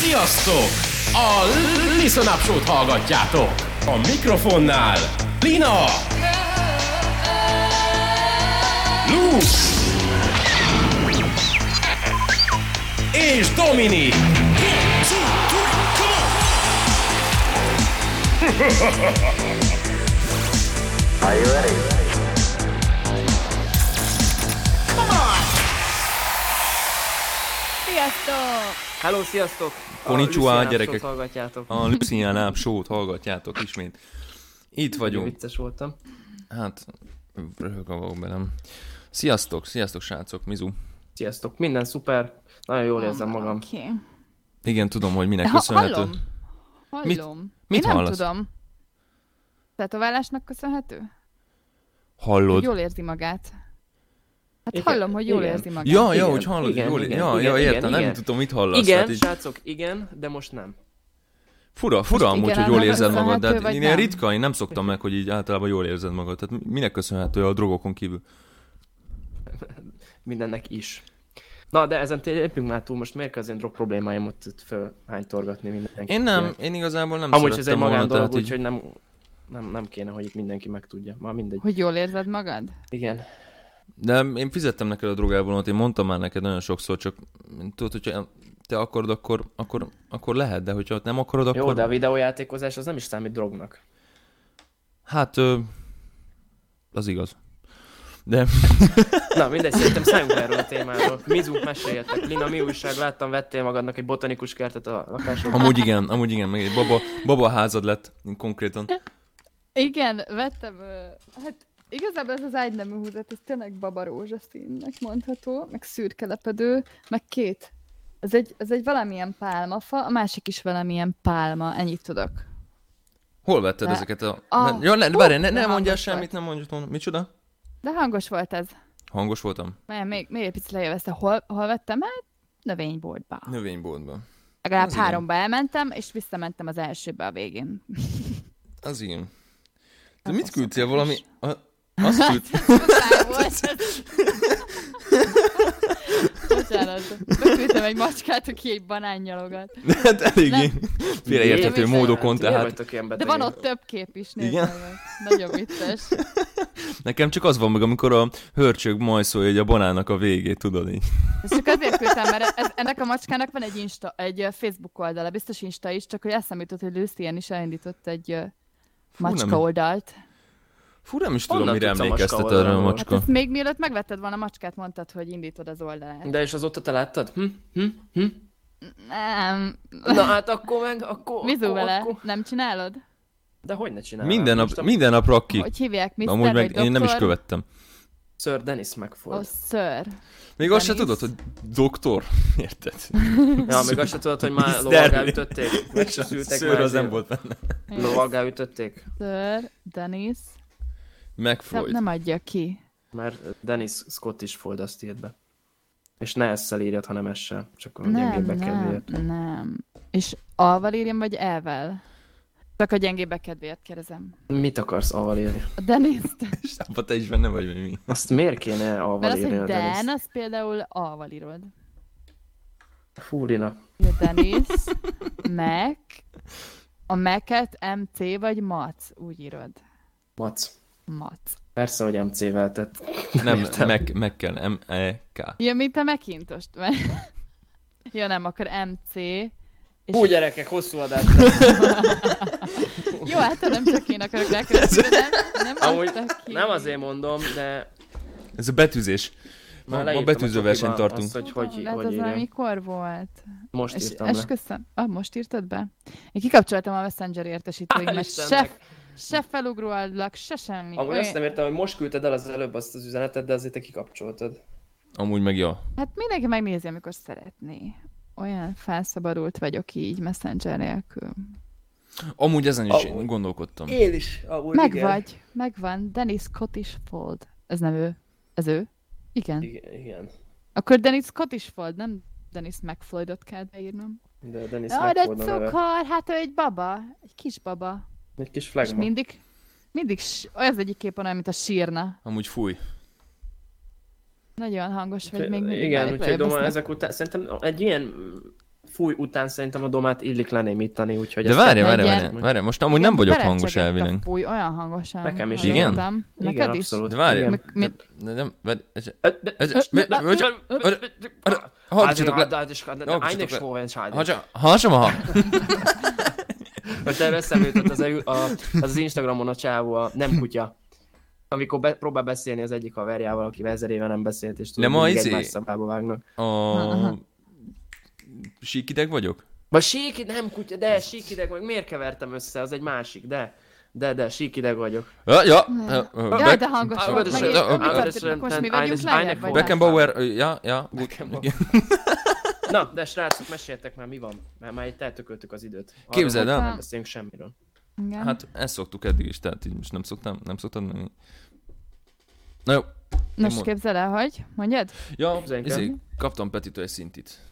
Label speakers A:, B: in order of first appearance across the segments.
A: Sziasztok! A Listen Up Show-t hallgatjátok! A mikrofonnál Lina! Lux! És Domini!
B: Are you ready?
C: Sziasztok!
D: Hello, sziasztok! A
E: Konnichiwa,
D: Luciana Show-t
E: gyerekek.
D: hallgatjátok.
E: A Luciánám sót hallgatjátok ismét. Itt vagyunk.
D: Vicces voltam.
E: Hát, röhögavok belem. Sziasztok, sziasztok srácok, Mizu.
D: Sziasztok, minden szuper. Nagyon jól érzem
E: Ah.
D: magam.
E: Szóval
C: Oké.
E: Igen, tudom, hogy minek
C: De ha,
E: köszönhető.
C: hallom.
E: Mit-
C: Hallom. Mit,
E: mit
C: Én nem
E: hallasz?
C: tudom. Tetoválásnak köszönhető?
E: Hallod?
C: Jól érzi magát. Hát
D: Igen,
C: hallom, hogy jól
D: igen.
C: érzi magát.
E: Ja, ja,
D: Igen,
E: hogy hallod,
D: igen,
E: igen, jól,
D: igen,
E: igen, ja,
D: igen,
E: ja,
D: igen,
E: értem, nem
D: igen.
E: tudom, mit hallasz.
D: igen,
E: tehát így
D: srácok, igen, de most nem.
E: fura, fura
C: Most
E: amúgy,
C: igen,
E: hogy jól
C: annak
E: érzed magad, de
C: köszönhető,
E: hát
C: vagy
E: én ilyen
C: nem?
E: ritka, én nem szoktam meg, hogy így általában jól érzed magad. Tehát minek köszönhető a drogokon kívül?
D: Mindennek is. Na, de ezen té- lépjünk már túl, most miért kell az én drog problémáimat itt fölhánytorgatni mindenki?
E: Én nem, én igazából nem
D: Amúgy ez
E: szerettem
D: egy magán
E: volna,
D: dolog,
E: tehát így-
D: úgyhogy nem, nem, nem kéne, hogy itt mindenki megtudja. Már mindegy.
C: Hogy jól érzed magad?
D: Igen.
E: De én fizettem neked a drogálvonat, én mondtam már neked nagyon sokszor, csak tudod, hogyha te akarod, akkor, akkor, akkor lehet, de hogyha nem akarod, akkor...
D: Jó, de a videójátékozás az nem is számít drognak.
E: Hát, ö, az igaz. De
D: Na, mindegy, szerintem szálljunk le erről a témáról. Mizuk, meséljetek. Lina, mi újság? Láttam, vettél magadnak egy botanikus kertet a lakásodban.
E: amúgy igen, amúgy igen, meg egy baba, baba házad lett konkrétan.
C: Igen, vettem, ö, hát igazából ez az ágynemű húzat, ez tényleg baba rózsaszínnek mondható, meg szürke lepedő, meg két. Ez egy, ez egy valamilyen pálmafa, a másik is valamilyen pálma, ennyit tudok.
E: Hol vetted
C: Ne.
E: ezeket a...
C: Ah,
E: ne, ja, ne, várj, ne,
C: de
E: ne mondjál
C: hangos
E: semmit,
C: volt.
E: nem mondjad, mondjad. Micsoda?
C: De hangos volt ez.
E: Hangos voltam?
C: Mert még, még egy picit lejövezte. Hol, hol vettem el? Növényboltba.
E: Növényboltban.
C: Legalább
E: az igen.
C: háromba elmentem, és visszamentem az elsőbe a végén.
E: Az igen. Te
C: Hát
E: mit
C: az
E: küldtél
C: szokás.
E: valami... A, azt küld...
C: Muszáj volt. Bocsánat. Beküldtem egy macskát, aki egy banánnyalogat.
E: Hát eléggé félreérthető
C: Nem.
E: módokon,
D: Hát, Miért
E: tehát
D: vagytok ilyen
C: De
D: betegek?
C: van ott több kép is, nézd
E: Igen?
C: meg. Nagyon vicces.
E: Nekem csak az van meg, amikor a hörcsög majszolja egy a banának a végét, tudod így.
C: Ezt csak azért küldtem, mert ez, ennek a macskának van egy, Insta, egy ö, Facebook oldala, biztos Insta is, csak hogy eszembe jutott, hogy Lucien is elindított egy ö, macska
E: nem.
C: oldalt.
E: Fú, nem is tudom,
D: Honnan
E: mire
D: tudsz a macska
E: emlékeztet erre a
D: oldalról?
C: Hát
E: macska.
C: ezt még mielőtt megvetted volna a macskát, mondtad, hogy indítod az oldalát.
D: De és azóta te láttad? Hm? Hm? Hm?
C: Nem.
D: Na hát akkor meg, akkor...
C: Mizu
D: akkor,
C: vele,
D: Akkor...
C: nem csinálod?
D: De hogy ne csinálnál?
E: minden, nap,
D: Most a
E: minden nap rak ki.
C: Hogy hívják, Mr.
E: Amúgy
C: vagy
E: meg én nem is
C: doktor?
E: követtem.
D: Sir Dennis
C: Ó,
D: megfordult.
C: ször.
E: Még azt se
C: Dennis.
E: tudod, hogy doktor. Érted?
D: Ja, még azt se tudod, hogy már
E: Mr.
D: lovagá
E: Dennis.
D: ütötték? Vagy szültek
E: Szőr
D: már
E: az nem
D: ezért?
E: volt benne.
D: Lovagá ütötték?
C: Ször, Denis. Nem,
E: Megfolyt.
C: nem adja ki.
D: Mert Dennis Scott is fold azt írt be. És ne ezzel írjad, hanem essel. Csak a
C: Nem,
D: gyengébbek
C: nem,
D: kedvéért.
C: nem. És alval írjam, vagy elvel? Csak a gyengébe kedvéért kérdezem.
D: Mit akarsz aval írni?
C: A Denis.
E: Abba te is benne vagy, vagy mi?
D: Azt miért kéne
C: Mert
D: aval
C: az,
D: írni
C: hogy
D: a
C: Dan,
D: Dennis?
C: az például alval írod.
D: Fú, Lina.
C: A Denis, Mac, a Mac-et MC vagy Mac, úgy írod.
D: Mac.
C: Mac.
D: Persze, hogy MC-vel tett.
E: Nem, meg, meg kell. e, M-E-K.
C: Ja, mint a Macintost. Mert... Ja, nem, akkor MC. És...
D: Hú, gyerekek, hosszú adás.
C: Jó, hát nem csak én akarok rákeresni, de nem, nem
D: Amúgy
C: adta ki.
D: nem azért mondom, de
E: Ez a betűzés. Ma-
D: Már
E: ma
D: leírtam
E: betűző
D: a
E: versenyt
D: csokiba Azt,
E: tartunk.
D: hogy hogy,
C: Hát
D: hogy
C: az
D: írjam.
C: valamikor volt.
D: Most
C: És
D: írtam le.
C: esküszöm. Ah, most írtad be? Én kikapcsoltam a Messenger értesítőimet. Se,
D: Istennek.
C: se felugró ablak, se semmi.
D: Amúgy
C: Olyan-
D: azt nem értem, hogy most küldted el az előbb azt az üzenetet, de azért te kikapcsoltad.
E: Amúgy meg ja.
C: Hát mindenki megnézi, amikor szeretné. Olyan felszabadult vagyok így Messenger nélkül.
E: Amúgy ezen is
D: Amúgy.
E: én gondolkodtam.
D: Én is, amúgy
C: Megvagy, megvan. Dennis Scott is fold. Ez nem ő. Ez ő? Igen.
D: igen. Igen,
C: Akkor Dennis Scott is fold, nem Dennis McFloydot kell beírnom.
D: de Dennis
C: Jaj, de
D: megfordul neve.
C: cukor, hát ő egy baba, egy kis baba.
D: Egy kis
C: És
D: flagma.
C: mindig, mindig s- az egyik képen olyan, mint a sírna.
E: Amúgy fúj.
C: Nagyon hangos vagy még mindig.
D: Igen,
C: bármikor
D: úgyhogy Doma,
C: ébredsz.
D: ezek után szerintem egy ilyen fúj után szerintem a domát illik lenémítani, úgyhogy
E: De
D: ezt-
E: várj,
C: legyen.
E: várj, várj, várj, most amúgy nem vagyok hangos
C: perecegett a
E: elvileg.
C: Fúj, olyan hangosan.
D: Nekem is.
E: Igen?
C: hallottam.
D: Igen,
C: Neked is?
D: abszolút.
E: De várj,
D: Igen.
C: Mi- mi-
E: De nem, várj, ez-
D: Ö, de-
E: ez- ez- mi- hogy- hogy- arra- Hallgassatok le, Hallgassatok le.
D: Hallgassatok
E: Hacsa, hasam a
D: Most erre eszembe jutott az, a, a, az Instagramon a csávó, a nem kutya. Amikor be, próbál beszélni az egyik haverjával, aki ezer éve nem beszélt, és tudod,
E: Nem a
D: mindig
E: izé?
D: egymás szabába vágnak.
E: A... Síkideg vagyok?
D: Vagy síkideg, nem kutya, de síkideg vagyok. Miért kevertem össze? Az egy másik, de. De, de, síkideg vagyok.
E: Ja, ja. eh,
C: Jaj,
E: Be-
C: de hangos
D: Ah,
C: volt.
D: Anderson-
C: Megint-
E: Ah,
C: mi történik?
D: Anderson-
C: Most mi
D: Anderson-
C: vagyunk
D: Anderson-
C: lejjebb, vagy nem?
E: Beckenbauer, ö, ja, ja, gut, igen.
D: Na, de srácok, meséltek már, mi van? Mert már itt eltököltük az időt. Arról
E: Képzeld
D: már
E: el.
D: Nem beszélünk semmiről.
C: Igen.
E: Hát ezt szoktuk eddig is, tehát így most nem szoktam, nem szoktam menni. Na jó.
C: Nos,
E: mond-
C: képzel el, hogy? Mondjad?
E: Ja,
D: Képzeljünk el.
E: izé, kaptam Petitől egy szintit.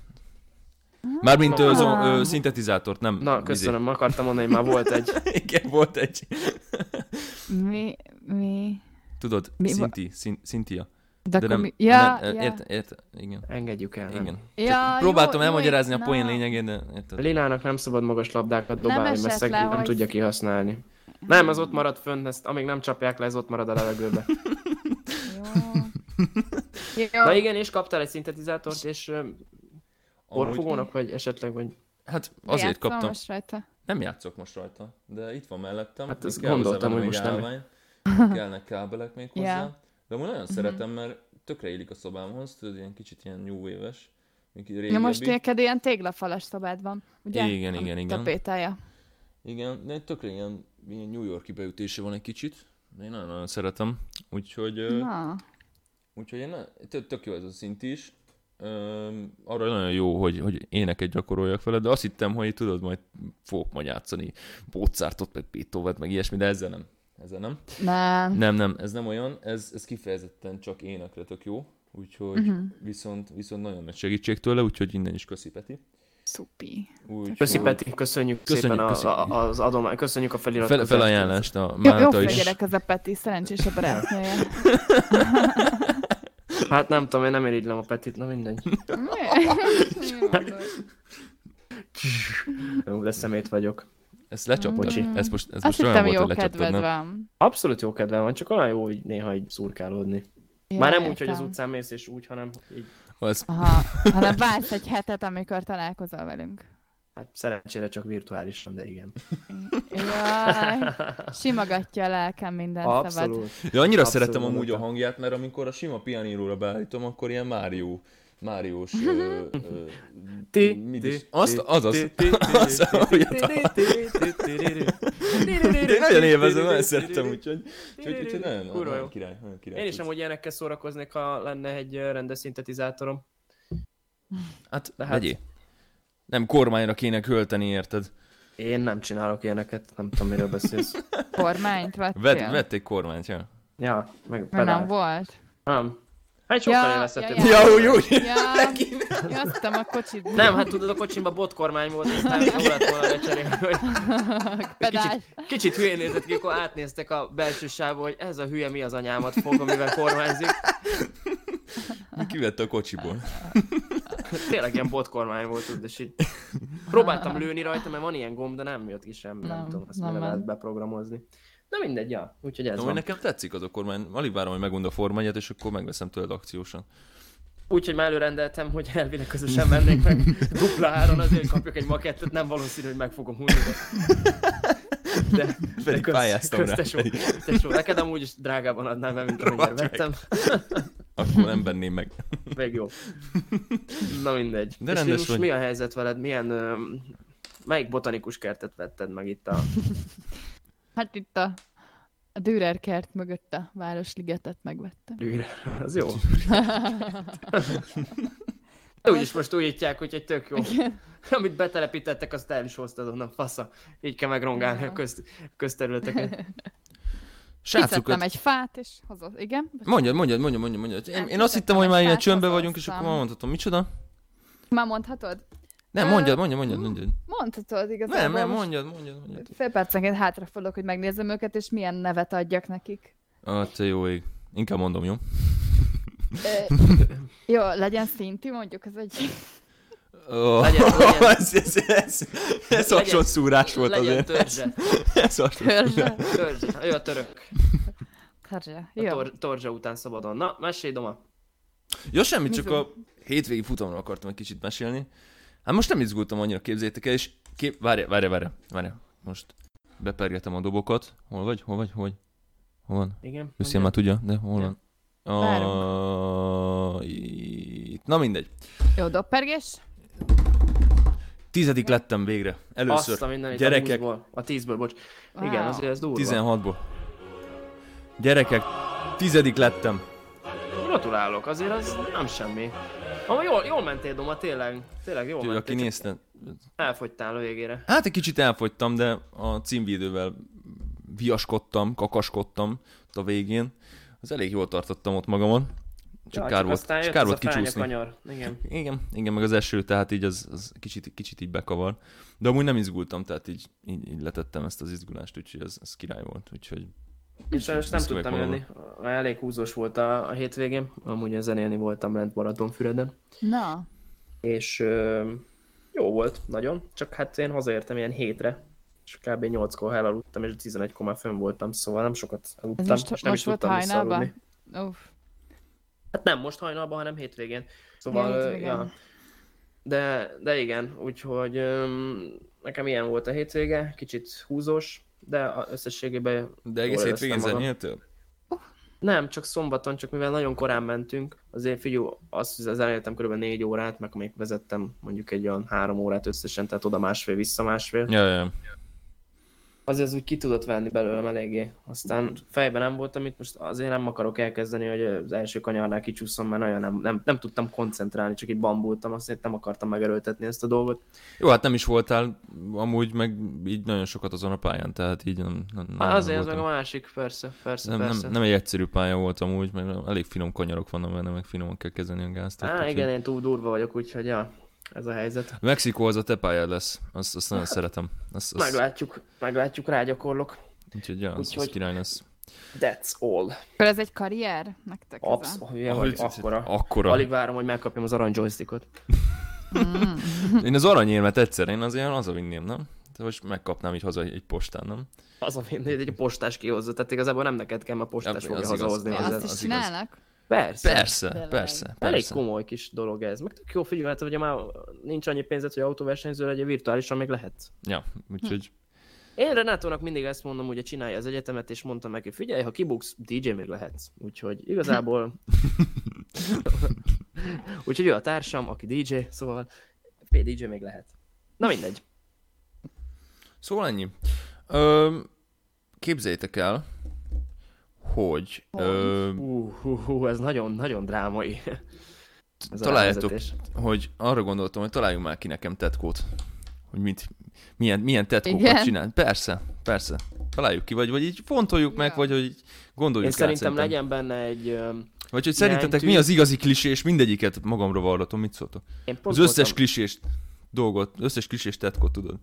C: Ah.
E: Mármint ö, zo- ö, szintetizátort, nem.
D: Na,
E: izé.
D: köszönöm, akartam mondani, már volt egy.
E: Igen, volt egy.
C: Mi, mi?
E: Tudod,
C: Mi va-
E: szinti, szin, szintia.
C: De,
E: De
C: akkor mi?
E: nem,
C: Ja,
E: nem,
C: ja.
E: ért, ért, igen.
D: Engedjük el. Nem?
E: Igen.
C: Ja,
E: Csak
C: jó,
E: próbáltam
C: jó,
E: elmagyarázni
C: na.
E: a poén lényegét, de érted. Hát,
D: Lilának nem szabad magas labdákat
C: Nem
D: dobálni,
C: esett
D: mert szegény
C: le,
D: nem
C: hogy-
D: tudja kihasználni. Nem, az ott marad fönn, ezt amíg nem csapják le, ez ott marad a levegőbe.
C: Jó. Jó.
D: Na igen, és kaptál egy szintetizátort, és ö, orfogónak, vagy esetleg, vagy...
E: Hát azért
C: Játszom
E: kaptam.
C: most rajta.
E: Nem játszok most rajta, de itt van mellettem.
D: Hát
E: Itt
D: ezt
E: kell hozzá
D: gondoltam,
E: vennem
D: hogy
E: egy
D: most nem.
E: állványt, Kellnek kábelek még hozzá.
C: Ja. Mhm.
E: De amúgy nagyon szeretem, mert tökre illik a szobámhoz, tudod, ilyen kicsit ilyen new éves.
C: Ja, most neked ilyen téglafalas szobád van, ugye?
E: Igen,
C: A
E: igen, igen.
C: Tapétája.
E: Igen, de tökre ilyen, ilyen New Yorki beütése van egy kicsit. De én nagyon-nagyon szeretem. Úgyhogy,
D: Hm.
E: ö,
C: Na,
E: úgyhogy én, tök, tök jó ez a szint is. Öm, arra nagyon jó, hogy, hogy éneket gyakoroljak vele, de azt hittem, hogy tudod, majd fogok majd játszani Mozartot, meg Beethovet, meg ilyesmi, de ezzel nem. Ezzel nem.
C: nem.
E: Nem, nem, ez nem olyan, ez, ez kifejezetten csak énekre tök jó, úgyhogy
C: Mhm.
E: uh-huh. viszont, viszont nagyon nagy segítség tőle, úgyhogy innen is köszi Peti.
C: Szupi.
E: Úgyhogy
D: Köszi Peti, köszönjük,
E: Köszönjük,
D: szépen a-
E: köszönjük.
D: A, az adomány, köszönjük a
E: Fel,
D: feliratkozást.
E: felajánlást a
C: Jó, jó
E: Márta
C: fej
E: is.
C: gyerek ez a Peti, szerencsés a barátnője.
D: Hát nem tudom, én nem irigylem a Petit, na mindegy. Jó, de szemét vagyok.
E: Ezt lecsapod, ez most, ez
C: Azt
E: most olyan
C: hittem,
E: volt,
C: jó
E: hogy
C: kedved
E: lecsaptad, nem?
C: van.
D: Abszolút jó kedvem van, csak olyan jó így néha így szurkálódni. Már nem úgy, hogy az
C: értem.
D: utcán mész, és úgy, hanem így,
E: Ez,
C: Aha, hanem vársz egy hetet, amikor találkozol velünk.
D: hát szerencsére csak virtuálisan, de igen.
C: Jaj, simogatja a lelkem minden szabad.
D: Abszolút.
E: ja, annyira
D: Abszolút
E: szeretem amúgy a
D: voltam.
E: hangját, mert amikor a sima pianíróra beállítom, akkor ilyen Mário, Máriós... ö, ö,
D: Ti,
E: mit
D: ti,
E: is- Azt,
D: ti,
E: az az.
D: ti, ti, ti,
E: az, ahogy a- Én nagyon élvezem, nagyon szeretem, úgyhogy... Úgyhogy úgyhogy nagyon,
D: Kurva jó.
E: nagyon király, nagyon király.
D: Én is
E: cucc.
D: amúgy ilyenekkel szórakoznék, ha lenne egy ö, rendes szintetizátorom.
E: Hát,
D: De
E: de
D: hát-
E: hát... Vegyél. Nem kormányra kéne költeni, érted?
D: Én nem csinálok ilyeneket, nem tudom miről beszélsz.
C: Kormányt vettél?
E: Vett, vett egy kormányt, ja.
D: Ja, meg
C: Mert
D: pedál.
C: Nem volt.
D: Nem. Hát sokkal
C: Ja,
D: élvezhetőbb.
C: ja, ja.
E: úgy, úgy.
C: Ja, ja, azt hittem a kocsit.
D: Nem, hát tudod, a kocsimban botkormány volt, aztán jó lett volna lecserélni, hogy
C: pedál.
D: kicsit, kicsit hülyén nézett ki, akkor átnéztek a belső sávba, hogy ez a hülye mi az anyámat fog, amivel kormányzik.
E: Kivette a kocsiból.
D: Tényleg ilyen botkormány volt, tudod, és így próbáltam lőni rajta, mert van ilyen gomb, de nem jött ki semmi, nem,
C: Nem,
D: tudom, ezt
C: nem
D: nem lehet
C: ment.
D: beprogramozni. Na mindegy, ja, úgyhogy ez
E: Na, hogy
D: van.
E: nekem tetszik az a kormány. Alig várom, hogy megmond a formáját, és akkor megveszem tőled akciósan.
D: Úgyhogy már előrendeltem, hogy elvileg közösen mennék meg dupla áron, azért hogy kapjak egy makettet, nem valószínű, hogy meg fogom húzni. de- De,
E: Pedig pályáztam rá,
D: köztesó,
E: pedig.
D: köztesó, neked amúgy is drágában adnám el, mint amennyire
E: Rohadt meg.
D: vettem.
E: Akkor nem venném meg.
D: Meg jó. Na mindegy.
E: De
D: És
E: rendes
D: most
E: vagy.
D: mi a helyzet veled? Milyen, öm, melyik botanikus kertet vetted meg itt a...
C: Hát itt a, a Dürer kert mögött a Városligetet megvettem.
D: Lűre. Az jó. De úgyis most újítják, úgyhogy tök jó. Amit betelepítettek, azt el is hoztad onnan, fasza. Így kell megrongálni a köz, közterületeket.
C: Kiszedtem
E: Srácokat,
C: egy fát, és hozott. Igen?
E: hát mondjad, mondjad, mondjad, mondjad, mondjad. Én, én azt
C: kiszedtem
E: hittem, hogy
C: egy
E: már ilyen
C: fát,
E: csömbbe vagyunk, és
C: hazahoztam.
E: akkor már mondhatom, micsoda?
C: Már mondhatod?
E: Nem,
C: Ö,
E: mondjad, mondjad, mondjad, mondjad.
C: Mondhatod igazából.
E: Nem, nem,
C: most
E: mondjad, mondjad, mondjad.
C: Fél percenként hátrafordulok, hogy megnézem őket, és milyen nevet adjak nekik.
E: Ah, te jó ég. Inkább mondom, jó?
C: Ö, Jó, legyen szinti, mondjuk, ez egy...
E: Oh.
D: Legyen- legyen-
E: ez, ez, ez, ez
D: Legyen-
E: hasonszúrás volt
D: Legyen
E: azért.
D: törzse.
E: Ez hasonszúrás.
C: Törzse.
D: Törzse. Na, Ő a török.
C: Törzse.
D: A
C: Jó.
D: tor- torzsa után szabadon. Na, mesélj, Doma.
E: Ja, semmit, csak
C: Mizum.
E: a hétvégi futamról akartam egy kicsit mesélni. Hát most nem izgultam annyira, képzétek el, és kép... Várja, várja, várja, várja. Most bepergetem a dobokat. Hol vagy? Hol vagy? Hol vagy? Hol van?
D: Igen.
E: Összien már tudja, de hol van? A...
C: Várunk.
E: Itt. Na mindegy.
C: Jó, doppergés.
E: Tizedik lettem végre. Először.
D: Azt a mindenit
E: Gyerekek,
D: a 20-ból, a 10-ből, bocs.
C: Wow.
D: Igen, azért ez durva.
E: 16-ból. Gyerekek, tizedik lettem.
D: Gratulálok, azért az nem semmi. Ama jól, jól mentél, Doma, tényleg. Tényleg jól
E: Úgyhogy aki
D: mentél. csak
E: nézte,
D: Elfogytál a végére.
E: Hát egy kicsit elfogytam, de a címvédővel viaskodtam, kakaskodtam ott a végén. Az elég jól tartottam ott magamon. Csak
D: Ja,
E: kár volt,
D: aztán jött
E: csak kár
D: ez
E: volt
D: a fánya
E: kicsúszni.
D: Kanyar. Igen.
E: Igen, igen, meg az eső, tehát így az, az kicsit, kicsit így bekavar. De amúgy nem izgultam, tehát így, így, így letettem ezt az izgulást, úgyhogy ez, ez király volt. Úgyhogy
D: És sajnos nem
E: Ezt
D: tudtam
E: meg
D: jönni. Elég húzós volt a, a hétvégén. Amúgy én zenélni voltam lent Balatonfüreden.
C: Na,
D: És ö, jó volt, nagyon. Csak hát én hazaértem ilyen hétre. És kb. 8-kor elaludtam, és 11-kor már fönn voltam, szóval nem sokat aludtam.
C: ez most,
D: és nem
C: most
D: is
C: volt
D: tudtam visszaaludni.
C: hajnalban? Uff.
D: Hát nem most hajnalban, hanem hétvégén. Szóval,
C: Ja,
D: ja,
C: hétvégén.
D: ja. De, de igen, úgyhogy öm, nekem ilyen volt a hétvége, kicsit húzós, de a- összességében
E: De egész
D: jól
E: hétvégén
D: éreztem magam.
E: zenéltél?
D: Nem, csak szombaton, csak mivel nagyon korán mentünk, azért figyú, azt hogy az elértem kb. 4 órát, meg még vezettem mondjuk egy olyan 3 órát összesen, tehát oda másfél, vissza másfél.
E: Ja, ja, ja.
D: Azért ez úgy ki tudott venni belőlem eléggé. Aztán fejben nem voltam itt, most azért nem akarok elkezdeni, hogy az első kanyarnál kicsúszom, mert nagyon nem, nem, nem tudtam koncentrálni, csak így bambultam, azért nem akartam megerőltetni ezt a dolgot.
E: Jó, hát nem is voltál amúgy, meg így nagyon sokat azon a pályán, tehát így nem, nem, nem
D: Nem, Hát azért ez
E: voltam.
D: meg a másik, persze, persze,
E: Nem,
D: persze.
E: nem, nem egy egyszerű pálya volt amúgy, meg elég finom kanyarok vannak benne, meg finoman kell kezelni a gázt.
D: Á,
E: úgyhogy-
D: igen, én túl durva vagyok, úgyhogy ja, ez a helyzet.
E: Mexikó az a te pályád lesz, azt, azt nagyon szeretem. Azt, azt,
D: Meglátjuk, meglátjuk, rágyakorlok.
E: úgyhogy ja, az, az
D: Úgyhogy-
E: király lesz.
D: That's all.
C: Akkor ez egy karrier? Nektek ez
D: Absz,
C: a...
D: hülye vagy,
E: Ahogy-
D: akkora.
E: Akkora.
D: Alig várom, hogy megkapjam az arany joystickot.
E: Én az aranyérmet egyszer, én azért hazavinném, nem? De most megkapnám így haza egy postán, nem?
D: Az a mindegy, egy postás kihozza, tehát igazából nem neked kell, mert
E: Ja,
D: postás fogja
E: az igaz.
D: hazahozni.
E: Az-
D: hozzád.
C: Azt
E: az
C: is
E: igaz.
C: csinálnak?
D: Persze.
E: Persze,
C: Tényleg.
E: persze,
D: Elég
E: persze.
D: komoly kis dolog ez. Meg tök jó figyelhet, hogy már nincs annyi pénzed, hogy autóversenyző legyél, virtuálisan még lehet.
E: Ja,
D: Hm.
E: úgyhogy
D: Én Renátónak mindig ezt mondom, hogy csinálja az egyetemet, és mondtam neki, figyelj, ha kibuksz, DJ még lehetsz. Úgyhogy igazából... Úgyhogy ő a társam, aki DJ, szóval P DJ még lehet. Na mindegy.
E: Szóval ennyi. Ö, képzeljétek el, hogy ö,
D: Hú, hú, hú, ez nagyon-nagyon drámai. Ez a
E: találjátok,
D: rávezetés.
E: hogy arra gondoltam, hogy találjunk már ki nekem tetkót. Hogy mit, milyen, milyen tetkókat
C: Igen?
E: csinál. Persze, persze. Találjuk ki, vagy, vagy így fontoljuk meg,
C: Ja.
E: vagy hogy így
D: Én
E: gondoljuk át
D: szerintem legyen benne egy... öm,
E: Vagy hogy szerintetek mi
D: iránytű.
E: az igazi klisé, és mindegyiket magamra varratom, mit szóltok?
D: Én pont
E: Az összes
D: voltam-
E: klisés dolgot, összes klisés tetkot tudod.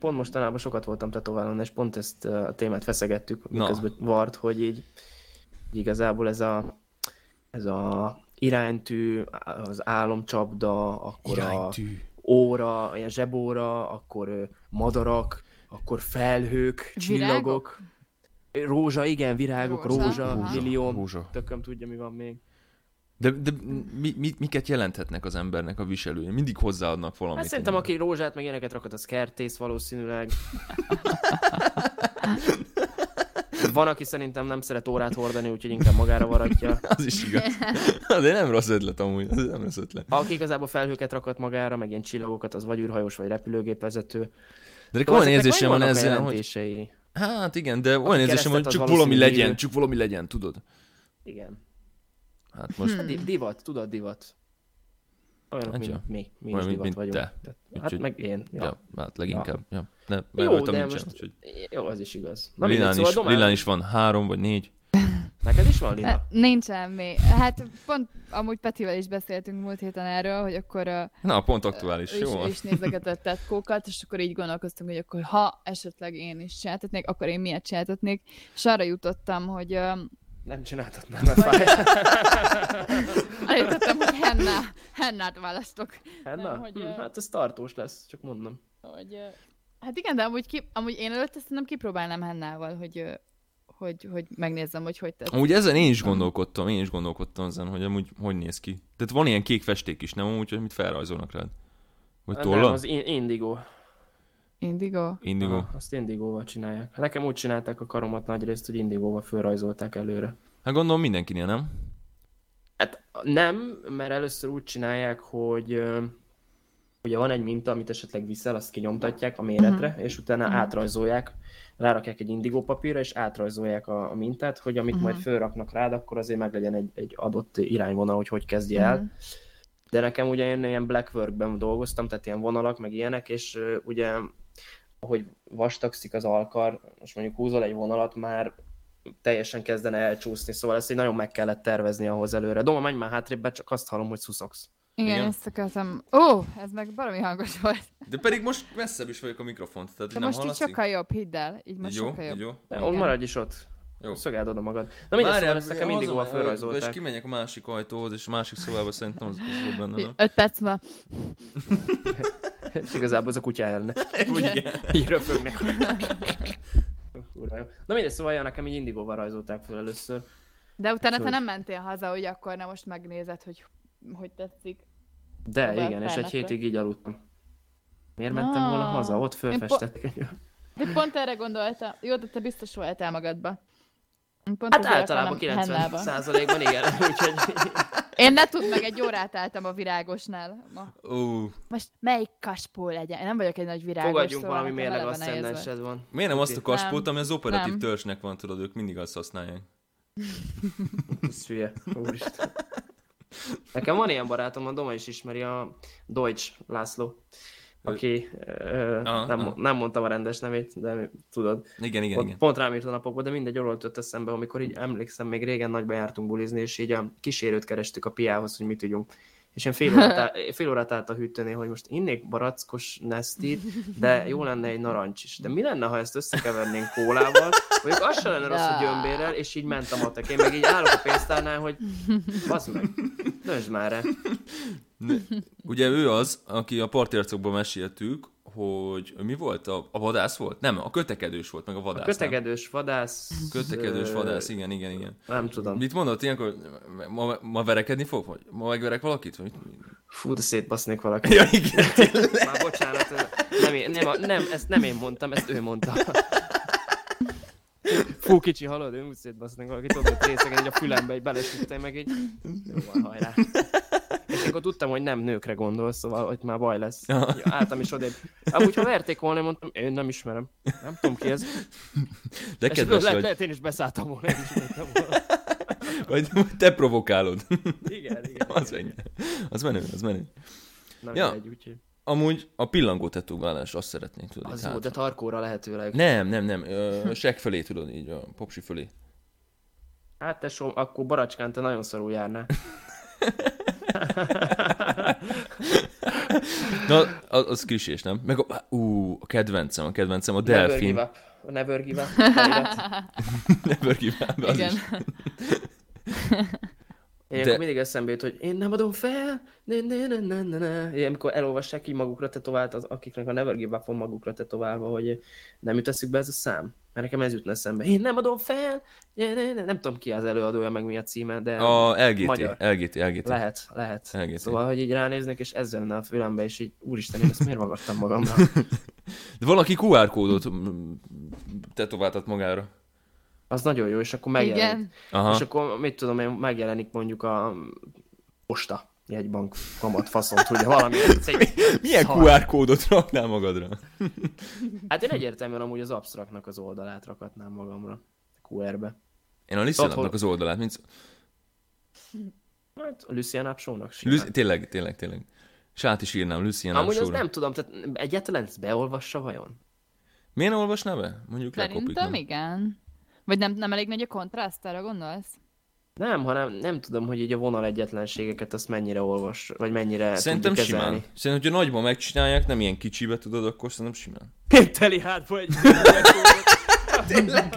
D: Pont mostanában sokat voltam tetoválon, és pont ezt ö, a témát feszegettük,
E: Na.
D: miközben vart, hogy így igazából ez a, ez a iránytű, az álomcsapda, akkor iránytű. a óra, ilyen zsebóra, akkor ö, madarak, akkor felhők, csillagok, rózsa, igen, virágok,
C: Rózsa,
D: rózsa, rózsa
C: aha.
D: millióm,
E: Rózsa.
D: tököm tudja, mi van még.
E: De, de mi, mi, miket jelenthetnek az embernek a viselője? Mindig hozzáadnak valamit.
D: Hát szerintem, aki rózsát meg ilyeneket rakott, az kertész valószínűleg. Van, aki szerintem nem szeret órát hordani, úgyhogy inkább magára varatja.
E: Az is igaz. De nem rossz ötlet amúgy, az nem rossz ötlet.
D: Aki igazából felhőket rakott magára, meg ilyen csillagokat, az vagy űrhajós, vagy repülőgépvezető.
E: De nekem olyan
D: ezeknek
E: érzésem van
D: megvannak a
E: ezzel, hogy...
D: jelentései.
E: Hát igen, de olyan érzésem, hogy
D: keresztet, az
E: csak valami
D: valószínűleg
E: legyen,
D: élő.
E: csak valami legyen, tudod?
D: Igen.
E: Hát most
D: Di- divat, tudod divat. Olyanok,
E: Hát
D: mint
E: ja.
D: mi. Mi
E: Olyan,
D: is divat
E: mint- mint
D: vagyunk.
E: te.
D: Tehát-
E: Úgyhogy-
D: Hát meg én. Ja.
E: ja, hát leginkább. Ja. De,
D: Jó,
E: rajtam
D: de
E: nincsen,
D: most-
E: úgyhogy-
D: Jó, az is igaz. Na mindegy,
E: Lilán,
D: szóval
E: is,
D: Domán,
E: Lilán is van három vagy négy.
D: neked is van Lina?
C: Hát, nincsen mi. Hát pont amúgy Petivel is beszéltünk múlt héten erről, hogy akkor uh,
E: Na, pont aktuális.
C: ő is,
E: Jó.
C: ő is nézegetett tetkókat, és akkor így gondolkoztunk, hogy akkor ha esetleg én is csináltatnék, akkor én miért csináltatnék. És arra jutottam, hogy öm,
D: Nem csináltatnám, mert fáj.
C: Eljöttem, hogy henna, hennát választok.
D: Hát,
C: Nem,
D: na,
C: hogy,
D: hm,
C: ö,
D: hát ez tartós lesz, csak mondom.
C: Hogy, ö, hát igen, de amúgy, ki, amúgy én előtte szerintem kipróbálnám hennával, hogy, ö, hogy, hogy megnézzem, hogy hogy tett.
E: Amúgy ezen én is gondolkodtam, én is gondolkodtam ezen, hogy amúgy hogy néz ki. Tehát van ilyen kék festék is, nem amúgy, hogy mit felrajzolnak rád? Vagy
D: Hát Nem,
E: tolla?
D: az in- indigo.
C: Indigo.
E: Indigo.
D: Aha, azt indigóval csinálják. Nekem úgy csinálták a karomat nagy részt, hogy indigóval fölrajzolták előre.
E: Hát gondolom mindenkinél, nem?
D: Hát nem, mert először úgy csinálják, hogy ö, ugye van egy minta, amit esetleg viszel, azt kinyomtatják a méretre, uh-huh. és utána uh-huh. átrajzolják, rárakják egy indigó papírra, és átrajzolják a, a mintát, hogy amit uh-huh. majd fölraknak rád, akkor azért meg legyen egy, egy adott irányvonal, hogy hogy kezdje uh-huh. el. De nekem ugye én ilyen blackworkben dolgoztam, tehát ilyen vonalak, meg ilyenek, és ö, ugye ahogy vastagszik az alkar, most mondjuk húzol egy vonalat, már teljesen kezdene elcsúszni, szóval ezt így nagyon meg kellett tervezni ahhoz előre. Doma, menj már hátrébb, mert csak azt hallom, hogy szuszogsz.
C: Igen,
E: Igen.
C: igen, ezt akartam. Ó, ez meg baromi hangos volt.
E: De pedig most messzebb is vagyok a mikrofont, tehát
C: De
E: nem
C: most így
E: hallatszik.
C: sokkal jobb, hidd el. Így most
E: jó,
C: sokkal jobb.
E: jó.
D: De Ott
C: Igen.
D: maradj is ott.
E: Jó.
D: Jó. Szögáld oda magad. Na mindegy, szóval ezt nekem mindig
E: haza- És
D: fölrajzolták.
E: kimegyek a másik ajtóhoz, és a másik szobába szerintem az, az jobb benne, nem?
C: Öt perc ma.
D: És igazából az a kutya elne.
E: Úgy igen.
D: Így röpögnek. Kurva jó. Na mindegy, szóval ja, nekem így indigóval rajzolták fel először.
C: De utána te
D: Hogy-
E: Szóval-
C: nem mentél haza, hogy akkor na most megnézed, hogy hogy tetszik.
D: De
C: Próbált
D: igen, és egy
C: felnapra.
D: hétig így aludtam. Miért mentem volna
C: Ah.
D: haza? Ott
C: po-
D: fölfestettek egy Hát
C: De pont erre gondoltam. Jó, de te biztos voltál magadba. Én Pont
D: Hát
C: ezért
D: általában
C: akarnám hennába.
D: 90%-ban igen, úgyhogy
C: Én ne tudd meg, egy órát álltam a virágosnál ma.
E: Ó,
C: Most melyik kaspó legyen? Én nem vagyok egy nagy virágos, szóval
D: fogadjunk valami
C: nekem
D: mérleg
C: eleve nehéz volt.
D: asszendensed van.
E: miért nem azt a kaspót,
C: Nem.
E: ami az operatív
C: Nem.
E: törzsnek van, tudod, ők mindig azt használják.
D: Ez hülye, úristen. Nekem van ilyen barátom, a Doma is ismeri, a Deutsch László, aki ö,
E: Aha,
D: nem,
E: aha.
D: nem mondtam a rendes nevét, de tudod,
E: Igen, igen,
D: pont,
E: igen.
D: pont rám írt a napokban, de mindegy, arról tört eszembe, amikor így emlékszem, még régen nagyba jártunk bulizni, és így a kísérőt kerestük a piához, hogy mit tudjunk. És én fél órát, áll, fél órát állt a hűtőnél, hogy most innék barackos nesztit, de jó lenne egy narancs is. De mi lenne, ha ezt összekevernénk kólával? Mondjuk az se lenne rossz, hogy gyömbérrel, és így ment a matek. Én meg így állok a pénztárnál, hogy bazd meg, döntsd már el.
E: Ugye ő az, aki a partércokban meséltük, hogy mi volt? A, a vadász volt? Nem, a kötekedős volt, meg a vadász. nem?
D: Kötegedős vadász.
E: Kötekedős
D: ö,
E: vadász, igen, igen, igen.
D: Nem tudom.
E: Mit mondott ilyenkor? Ma, ma verekedni fog? Vagy ma megverek valakit? Vagy mit?
D: Fú, de szétbasznék valakit.
E: Ja, igen.
D: Már bocsánat, nem, én- nem, a- nem, ezt nem én mondtam, ezt ő mondta. Fú, kicsi halad, én úgy szétbasznak valaki, tudod, hogy részegen így a fülembe így belesüttem, meg így jó van, hajrá. És akkor tudtam, hogy nem nőkre gondol, szóval hogy már baj lesz. Ja. Álltam is odébb. Amúgy, ha verték volna, én mondtam, én nem ismerem. Nem tudom ki ez.
E: De
D: És akkor
E: kedves
D: lehet,
E: vagy.
D: lehet, én is beszálltam volna, én is mondtam volna.
E: Vagy te provokálod.
D: Igen, igen.
E: Az menő. Az menő, az menő.
D: Nem
E: Ja.
D: ja. egy, úgyhogy.
E: Amúgy a pillangó tetoválás, azt szeretnék tudni. hát.
D: Az jó, de tarkóra lehetőleg.
E: Nem, nem, nem. Ö, seg fölé tudod, így a popsi fölé.
D: Hát tesóm, akkor baracskán te nagyon szarul járnál.
E: Na, az, az kisés, nem? Meg a, ú, a kedvencem, a kedvencem, a delfin.
D: Never give up. Never give up. felirat.
E: Never give up. Az
C: Igen.
E: is.
D: Én
E: De-
D: De... mindig eszembe jut, hogy én nem adom fel, ne, ne, ne, ne, ne, ne. Én, amikor elolvassák így magukra tetovált, az, akiknek a Never Give Up on magukra tetoválva, hogy nem jut eszük be ez a szám. Mert nekem ez jutna eszembe. Én nem adom fel, ne, ne, ne. nem tudom ki az előadója, meg mi a címe, de a...
E: A LGT,
D: Magyar.
E: LGT, LGT.
D: lehet, lehet.
E: Elgészít.
D: Szóval, hogy így ránéznek, és ezzel lenne a fülembe, és így, úristen, én ezt miért magadtam magamra?
E: De valaki QR kódot mm, tetováltat magára.
D: Az nagyon jó, és akkor megjelent.
C: Igen.
E: Aha.
D: És akkor, mit tudom én, megjelenik mondjuk a posta jegybank kamat faszont, hogy valami cég.
E: Milyen QR kódot raknál magadra?
D: Hát én egyértelműen amúgy az absztraktnak az oldalát rakatnám magamra. QR-be.
E: Én a Lisszalapnak
D: Otthon.
E: az oldalát, mint...
D: Hát a Lucian Upshow-nak simán.
E: Lü- tényleg, tényleg, tényleg. Sát is írnám, Lucien
D: Amúgy azt
E: Upshow-ra.
D: nem tudom, tehát egyáltalán ezt beolvassa vajon?
E: Miért nem olvasná be? Mondjuk lekopik,
C: Szerintem
E: nem?
C: igen. Vagy nem, nem elég nagy a kontraszt, arra gondolsz?
D: Nem, hanem nem tudom, hogy így a vonal egyetlenségeket azt mennyire olvas, vagy mennyire
E: Szerintem
D: Hát tudjuk
E: simán.
D: kezelni.
E: Szerintem, hogyha nagyban hát, megcsinálják, nem ilyen kicsibe, tudod, akkor szerintem simán.
D: Teli hátba egy
E: Tényleg.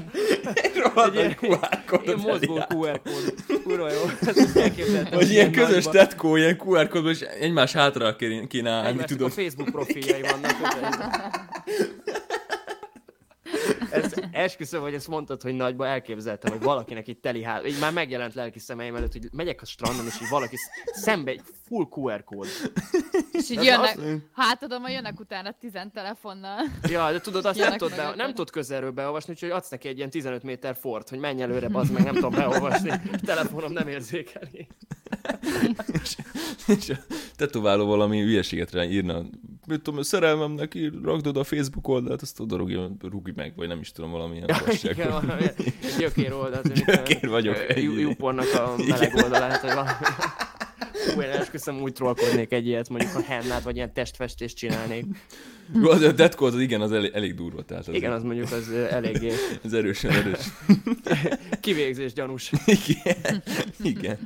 E: Egy rohadt
F: Egy
E: nagy
F: ilyen-
E: QR kódot
F: Én mozgó
E: elirányít.
F: QR kód. Kurva jó. Ezt elképzeltem
E: Vagy ilyen közös
F: nagyban.
E: tetkó, ilyen QR kódban, és egymás hátra kéne- kéne állni,
F: Egymásnak
E: tudod.
F: A Facebook profiljai vannak. tudod.
D: Ezt, esküszöm, hogy ezt mondtad, hogy nagyba elképzeltem, hogy valakinek itt teli ház. Így már megjelent lelki szemeim előtt, hogy megyek a strandon, és így valaki sz- szembe egy full QR kód.
C: És így
D: Ez
C: jönnek, hátadom, hogy jönnek utána tizen telefonnal.
D: Ja, de tudod, azt nem
C: Ilyenek
D: tudod, be,
C: vannak.
D: nem tudod közelről beolvasni, úgyhogy adsz neki egy ilyen 15 méter fort, hogy menj előre, bazd meg, nem tudom beolvasni. A telefonom nem érzékeli.
E: És a tetováló valami hülyeséget rá írna. Mit tudom, szerelmemnek ír, rakd oda a Facebook oldalt, azt oda rúgja, rúgj meg, vagy nem is tudom, valamilyen
D: Igen,
E: fasság.
D: valami gyökér oldalt. amit-
E: Gyökér vagyok,
D: Ö,
E: ennyi.
D: Ju- Jupornak a meleg oldalát, vagy valami. Hú, én esküszöm, úgy trollkodnék egy ilyet, mondjuk a hennát, vagy ilyen testfestést csinálnék.
E: Jó, az a tetkó az igen, az elég, elég durva, tehát az,
D: Igen, az mondjuk az ö, eléggé
E: az erősen erős.
D: kivégzés gyanús.
E: Igen. Igen.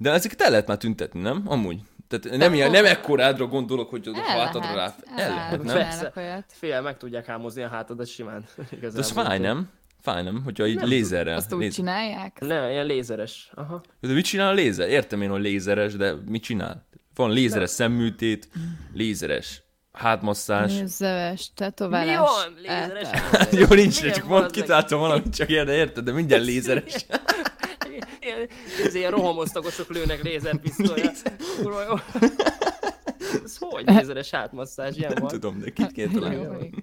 E: De ezeket el lehet már tüntetni, nem? Amúgy. Tehát nem, ilyen, nem ekkorádra gondolok, hogy a hátadra rá. El lehet, nem?
D: Persze.
C: Csinálnak olyat.
D: Fél meg tudják hámozni a hátadat simán.
E: De az
D: Igazából.
E: fáj, nem? Fáj, nem? Hogyha így lézerrel.
C: Azt úgy
E: léz-
C: csinálják?
D: Nem, ilyen lézeres. Aha.
E: De mit csinál a lézer? Értem én, hogy lézeres, de mit csinál? Van lézeres szemműtét, lézeres hátmasszás.
C: Nézzöves,
D: Mi
C: tetoválás.
D: van? Lézeres?
C: eltelt.
D: hámozás.
E: Jó, nincs,
D: Milyen
E: csak
D: bazd
E: mond,
D: meg?
E: kitáltam valamit, csak ilyen, de érted, de mindjárt lézeres.
D: Hát, Ilyen, ez ilyen rohamosztagosok lőnek lézerpisztolyra. Kurva jó. Ez hogy lézeres hátmasszázs? Ilyen
E: Nem
D: van?
E: tudom, de kit kéne
C: Jó,
E: találni.
C: ég.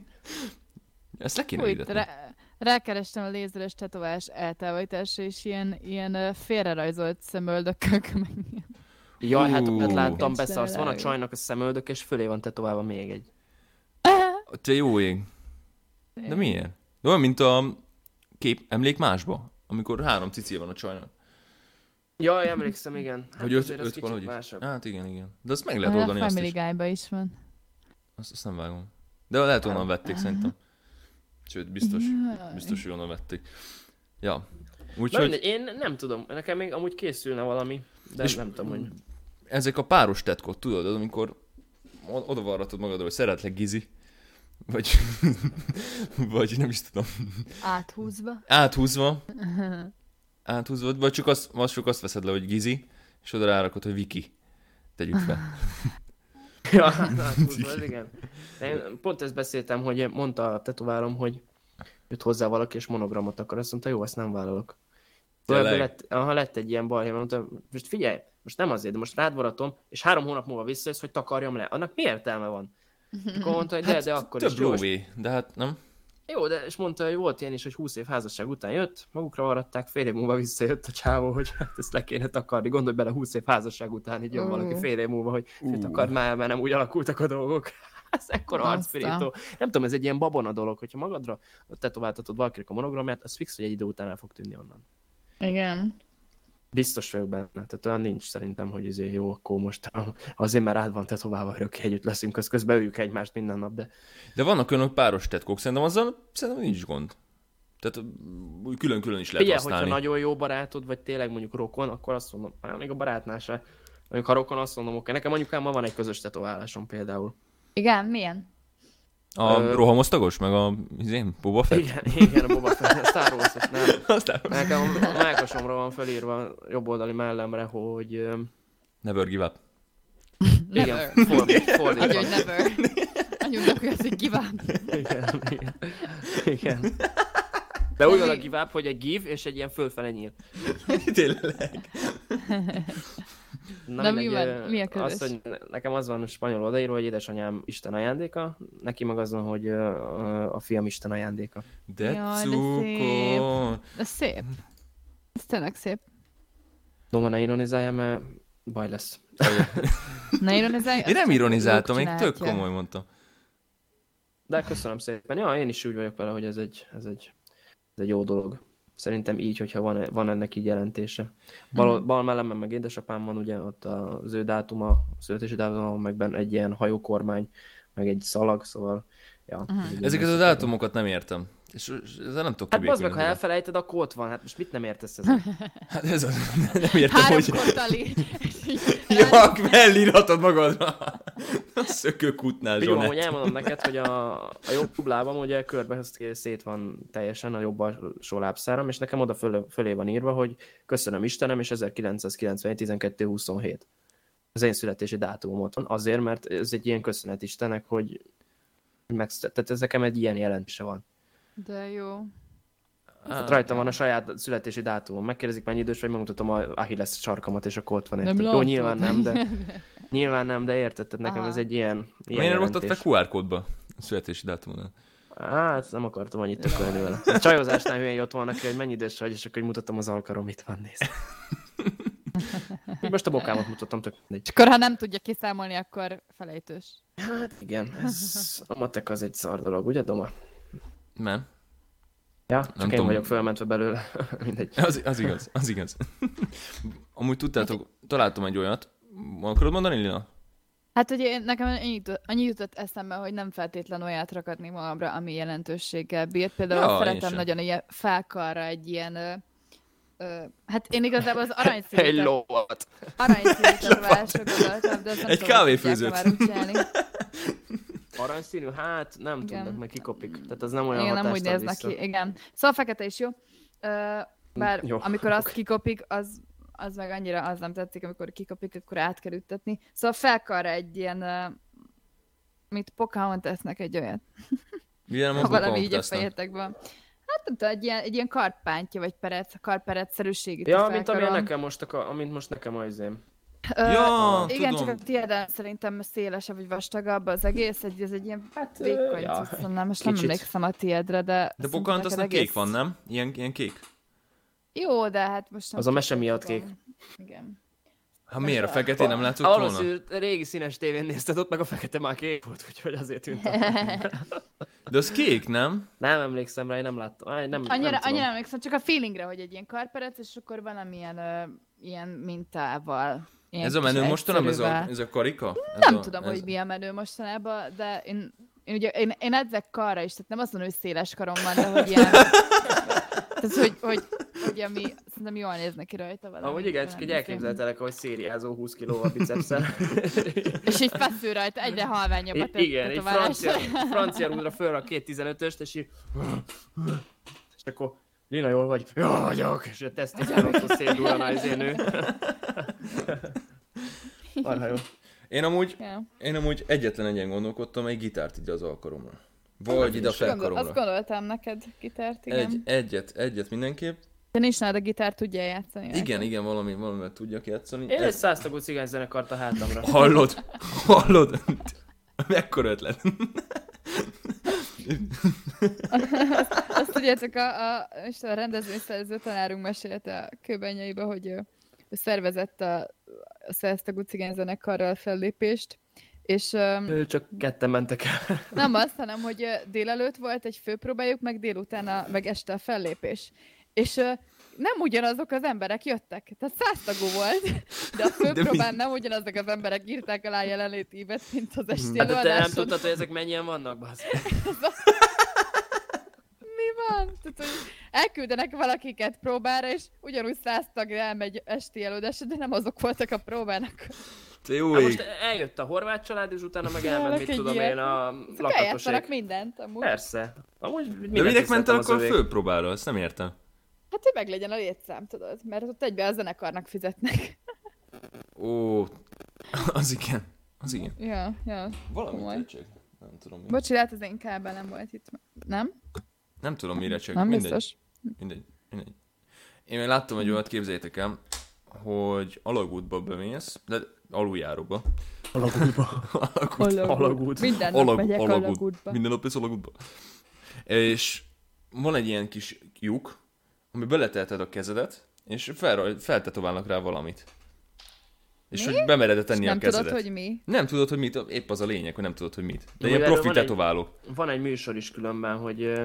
E: Ezt le kéne
C: Fú, itt
E: hirdetni.
C: rá, rákerestem a lézeres tetoválás eltávolításra, és ilyen, ilyen ö, félrerajzolt szemöldökök, meg ilyen.
D: Jaj, hát
E: Ú.
D: olyat láttam,
C: Nincs
D: beszarsz. Van a
C: legalább.
D: csajnak a szemöldök, és fölé van tetoválva még egy.
E: Te jó ég. De miért? De olyan, mint a kép emlék másba, amikor három cici van a csajnak.
D: Jaj, emlékszem, igen. Hát
E: Hogy öt,
D: azért az
E: öt
D: kicsit
E: valahogy.
D: másabb.
E: Hát igen, igen. De azt meg lehet
C: Olyan
E: oldani
C: A
E: azt
C: Hát, Family
E: is.
C: guy is van.
E: Azt, azt nem vágom. De lehet onnan vették szerintem. Sőt, biztos. Biztos, hogy onnan vették. Ja.
D: Na,
E: Úgyhogy
D: mindegy, én nem tudom, nekem még amúgy készülne valami, de
E: És-
D: nem tudom, hogy...
E: ezek a páros tetkot, tudod, az, amikor o- oda varratod magadról, hogy szeretlek Gizi, vagy, vagy nem is tudom,
C: Áthúzva.
E: áthúzva, áthúzva, vagy csak azt, vagy csak azt veszed le, hogy Gizi, és oda rárakod, hogy Viki. Tegyük fel.
D: Ja, hát, az igen. De Én pont ezt beszéltem, hogy mondta a tetoválom, hogy jött hozzá valaki, és monogramot akar. Azt mondta, jó, azt nem vállalok.
E: Tényleg?
D: Ebből Lett, aha, lett egy ilyen baj, mondta, most figyelj, most nem azért, de most rád varatom, és három hónap múlva visszajössz, hogy takarjam le. Annak mi értelme van? Akkor mondta, hogy de, de akkor
E: Hát Több
D: is jó, és
E: lóvé, de hát nem.
D: Jó, de és mondta, hogy volt ilyen is, hogy 20 év házasság után jött, magukra maradták, fél év múlva visszajött a csávó, hogy hát ezt le kéne takarni. Gondolj bele, 20 év házasság után így jön
C: Ú.
D: valaki fél év múlva, hogy
E: Ú.
D: uh. takar már, mert nem úgy alakultak a dolgok. Ez ekkora
C: Aztán.
D: arcpirító. Nem tudom, ez egy ilyen babona dolog, hogyha magadra tetováltatod valakinek a monogramját, az fix, hogy egy idő után el fog tűnni onnan.
C: Igen.
D: Biztos vagyok benne, tehát olyan nincs szerintem, hogy azért jó, akkor most azért már rád van tetoválva, örökké együtt leszünk, köz- közben öljük egymást minden nap, de
E: De vannak önök páros tetkók, szerintem azzal szerintem nincs gond. Tehát úgy külön-külön is lehet
D: Figyelj,
E: használni.
D: hogyha nagyon jó barátod, vagy tényleg mondjuk rokon, akkor azt mondom, már még a barátnál se. Mondjuk ha rokon, azt mondom, oké, nekem anyukámmal van egy közös tetoválásom például.
C: Igen, milyen?
E: A
D: Ö-
E: rohamosztagos, meg a izén, Boba Fett.
D: Igen, igen, a Boba Fett, a Star Wars, nem.
E: Aztán
D: Nekem a melkasomra van felírva a jobb oldali mellemre, hogy öm,
E: never give up.
D: igen,
C: Never.
D: for,
C: Anyu,
D: fordítva.
C: hogy never. Anyunknak olyat, hogy kívánt.
D: Igen, igen, igen. De úgy van a
C: Még-
D: give up, hogy egy give és egy ilyen fölfele nyíl.
E: Tényleg.
D: Na,
C: Na,
D: mindegy,
C: mi van?
D: ö,
C: Mi a közös?
D: Azt, hogy ne- nekem az van spanyol odaírva, hogy édesanyám Isten ajándéka, neki meg az van, hogy ö, ö, a fiam Isten ajándéka.
E: De
C: Jaj, de
E: cukor.
C: Ez szép. Ez tényleg szép.
D: Doma, ne ironizáljál, mert baj lesz.
C: Ne ironizálj.
E: Én nem ironizáltam,
C: Luke
E: én tök
C: csinálja.
E: komoly mondtam.
D: De köszönöm szépen. Ja, én is úgy vagyok vele, hogy ez egy, ez egy, ez egy jó dolog. Szerintem így, hogyha van, van ennek így jelentése. Bal,
C: Hmm.
D: bal mellemben meg édesapám van, ugye ott az ő dátuma, a születési dátuma, megben egy ilyen hajókormány, meg egy szalag, szóval... Ja,
C: Hmm.
D: így
E: Ezeket a
D: össze-
E: dátumokat nem értem. És és ezzel nem tudok
D: Hát bazd meg,
E: kibékülni.
D: ha elfelejted, akkor ott van. Hát most mit nem értesz ezzel?
E: Hát ez az. Nem értem, hogy...
C: Háromkor tali. És így-
E: Ja, mellíratod magadra. A Szökőkutnál,
D: Jó, amúgy
E: Zsonett.
D: elmondom neked, hogy a, a jobb lábam ugye körbe szét van teljesen a jobb alsó lábszáram, és nekem oda fölé, fölé van írva, hogy köszönöm Istenem, és 1991 12 27 az én születési dátumom ott van. Azért, mert ez egy ilyen köszönet Istennek, hogy megszület. Tehát ez nekem egy ilyen jelentése van.
C: De jó.
D: Tehát rajta van a saját születési dátumom. Megkérdezik, mennyi idős vagy, megmutatom a Achilles sarkamat, és akkor ott van. érted. Jó,
C: látod.
D: nyilván nem, de nyilván nem, de érted, tehát nekem
C: Aha.
D: ez egy ilyen, ilyen
E: Miért nem
D: jelentés.
E: rottad fel QR kódba? A születési dátumon.
D: Hát, nem akartam annyit tökölni vele. A csajozásnál hülyen jött volna ki, hogy mennyi idős vagy, és akkor így mutattam az alkarom, itt van, nézd. Most a bokámat mutattam tök mindegy.
C: És akkor, ha nem tudja kiszámolni, akkor felejtős.
D: Hát igen, ez, a matek az egy szar dolog, ugye Doma?
E: Nem.
D: Ja, csak én
E: tudom.
D: vagyok fölmentve belőle, mindegy.
E: Az, az igaz, az igaz. Amúgy tudtátok, találtam egy olyat. Akarod mondani, Lina?
C: Hát, hogy én, nekem annyi jutott, annyi jutott eszembe, hogy nem feltétlen olyat rakadni magamra, ami jelentőséggel bírt. Például
E: Ja,
C: ja,
E: én
C: szeretem
E: sem.
C: nagyon ilyen fákarra egy ilyen... Ö, ö, hát én igazából az aranyszívet...
D: Egy lovat.
C: Aranyszívet válásra gondoltam, de azt nem tudom,
E: Egy
C: hogy
E: kávéfőzőt.
C: tudják-e már úgy csinálni.
D: Aranyszínű? Hát nem
C: Igen.
D: tudnak, meg kikopik. Tehát az nem olyan
C: Igen, nem
D: hatást
C: úgy
D: ad
C: néz
D: vissza.
C: neki. Igen. Szóval fekete is jó. Ö, bár
D: Jó.
C: jó. amikor azt kikopik, az, az meg annyira az nem tetszik, amikor kikopik, akkor át kell üttetni. Szóval felkarra egy ilyen, ö, mit Pocahontasnak egy olyat,
E: Ugye nem
C: ha
E: az
C: valami így a
E: Pocahontasnak?
C: fejetekben. Hát nem tudom, egy ilyen, egy ilyen karpántja, vagy perec, karperetszerűségét.
D: Ja, mint ami nekem most, a, ka- amint most nekem az én.
E: Ja,
C: igen,
E: tudom.
C: csak a tiéden szerintem szélesebb vagy vastagabb az egész, egy, ez egy ilyen hát, vékony
D: ja,
C: ja, nem, most nem
D: kicsit.
C: emlékszem a tiédre, de...
E: De
C: szerintem
E: Pocahontasnak
C: neked
E: kék
C: egész-
E: van, nem? Ilyen, ilyen kék.
C: Jó, de hát most nem
D: Az a
C: tudom,
D: mese miatt kék.
C: Igen.
E: Hát miért? A feketén nem látszott volna?
D: Valószínű, régi színes tévén nézted ott, meg a fekete már kék volt, úgyhogy azért tűnt.
E: De az kék, nem?
D: Nem emlékszem rá, én nem láttam. Aj, nem,
C: Annyira,
D: nem tudom.
C: annyira emlékszem, csak a feelingre, hogy egy ilyen karperec, és akkor valamilyen ö, ilyen mintával. Ilyen
E: Ez a menő
C: kis
E: mostanában, ez a,
C: egyszerűvel.
E: ez a karika? Ez
C: Nem
E: a,
C: tudom,
E: ez...
C: hogy mi a menő mostanában, de én, én ugye, én, én edzek karra is, tehát nem azon, hogy széles karom van, de hogy ilyen... tehát, hogy, hogy, hogy ami, szerintem jól néz neki rajta valami.
D: Amúgy igen, csak
C: valami
D: így
C: szép.
D: elképzeltelek, hogy szériázó 20 kilóval bicepszel.
C: És így feszül rajta, egyre halványabb a
D: I- igen, egy
C: tetoválás.
D: francia, francia rúdra fölrak két 15-öst, és így... És akkor Lina, jól vagy? Jól vagyok! És a tesztikáról szédúran a izé izénő. Marha jó.
E: Én amúgy,
C: Ja.
E: én amúgy egyetlen egyen gondolkodtam, egy gitárt ide az alkaromra. Vagy ide
C: Gondol,
E: a
C: azt
E: felkaromra.
C: gondoltam neked, gitárt, igen.
E: Egy, egyet, egyet mindenképp.
C: De nincs nálad a gitár, tudja játszani. rajta.
E: Igen, igen, valami, valamivel tudjak játszani.
D: Én egy
E: Ez...
D: száztagú cigányzenekart a hátamra.
E: Hallod? Hallod? Mekkora ötlet.
C: Azt tudjátok, a, a, most a rendezvényszerző tanárunk mesélte a kőbenyeibe, hogy ő, ő szervezett a, a szerztagú cigányzenekarral fellépést, és öm,
D: Ő Csak ketten mentek el.
C: nem azt, hanem, hogy ö, délelőtt volt egy főpróbájuk, meg délután, a, meg este a fellépés. És ö, nem ugyanazok az emberek jöttek. Tehát száztagú volt, de a főpróbán nem ugyanazok az emberek írták alá jelenlétívet, mint az esti
D: Hát de te nem
C: előadáson.
D: tudtad, hogy ezek mennyien vannak, bazd. Hát
C: mi van? Tehát, hogy elküldenek valakiket próbára, és ugyanúgy száz tag elmegy esti előadásra, de nem azok voltak a próbának. Szóval
E: Te jó
D: Hát most
E: ég.
D: eljött a horvát család, és utána meg elment,
C: Csinálnak
D: mit
C: egy
D: tudom
C: ilyet.
D: én, a
C: Szóval eljátszanak
D: lakatosék.
C: mindent amúgy.
D: Persze. Amúgy minek
E: De minek ment el
D: hiszem, az
E: akkor a
D: övék?
E: főpróbára? Ezt nem értem.
C: Hát, hogy meg legyen a létszám, tudod? Mert ott egybe a zenekarnak fizetnek.
E: Ó, az igen. Az igen.
C: ja, ja. Komoly.
E: Valami tetszik. Nem tudom, mi.
C: Bocsi, lehet az én kábelem volt itt. Nem?
E: nem tudom, mire csak.
C: nem
E: mindegy.
C: biztos.
E: Mindegy, mindegy. Én még láttam egy olyat, képzeljétek el, hogy alagútba bemész, de aluljáróba. Alagútba. alagútba.
D: Alagút.
C: Minden nap
E: Alag,
C: megyek
E: alagút.
C: alagútba.
E: Minden nap mész alagútba. És van egy ilyen kis lyuk, ami beleteheted a kezedet, és felraj, feltetoválnak rá valamit. És hogy bemered tenni a
C: Nem
E: kezedet.
C: tudod, hogy mi?
E: Nem tudod, hogy mit, épp az a lényeg, hogy nem tudod, hogy mit.
D: Jó,
E: De ilyen
D: erről
E: profi
D: van egy-
E: tetoválók.
D: Van egy műsor is különben, hogy ö,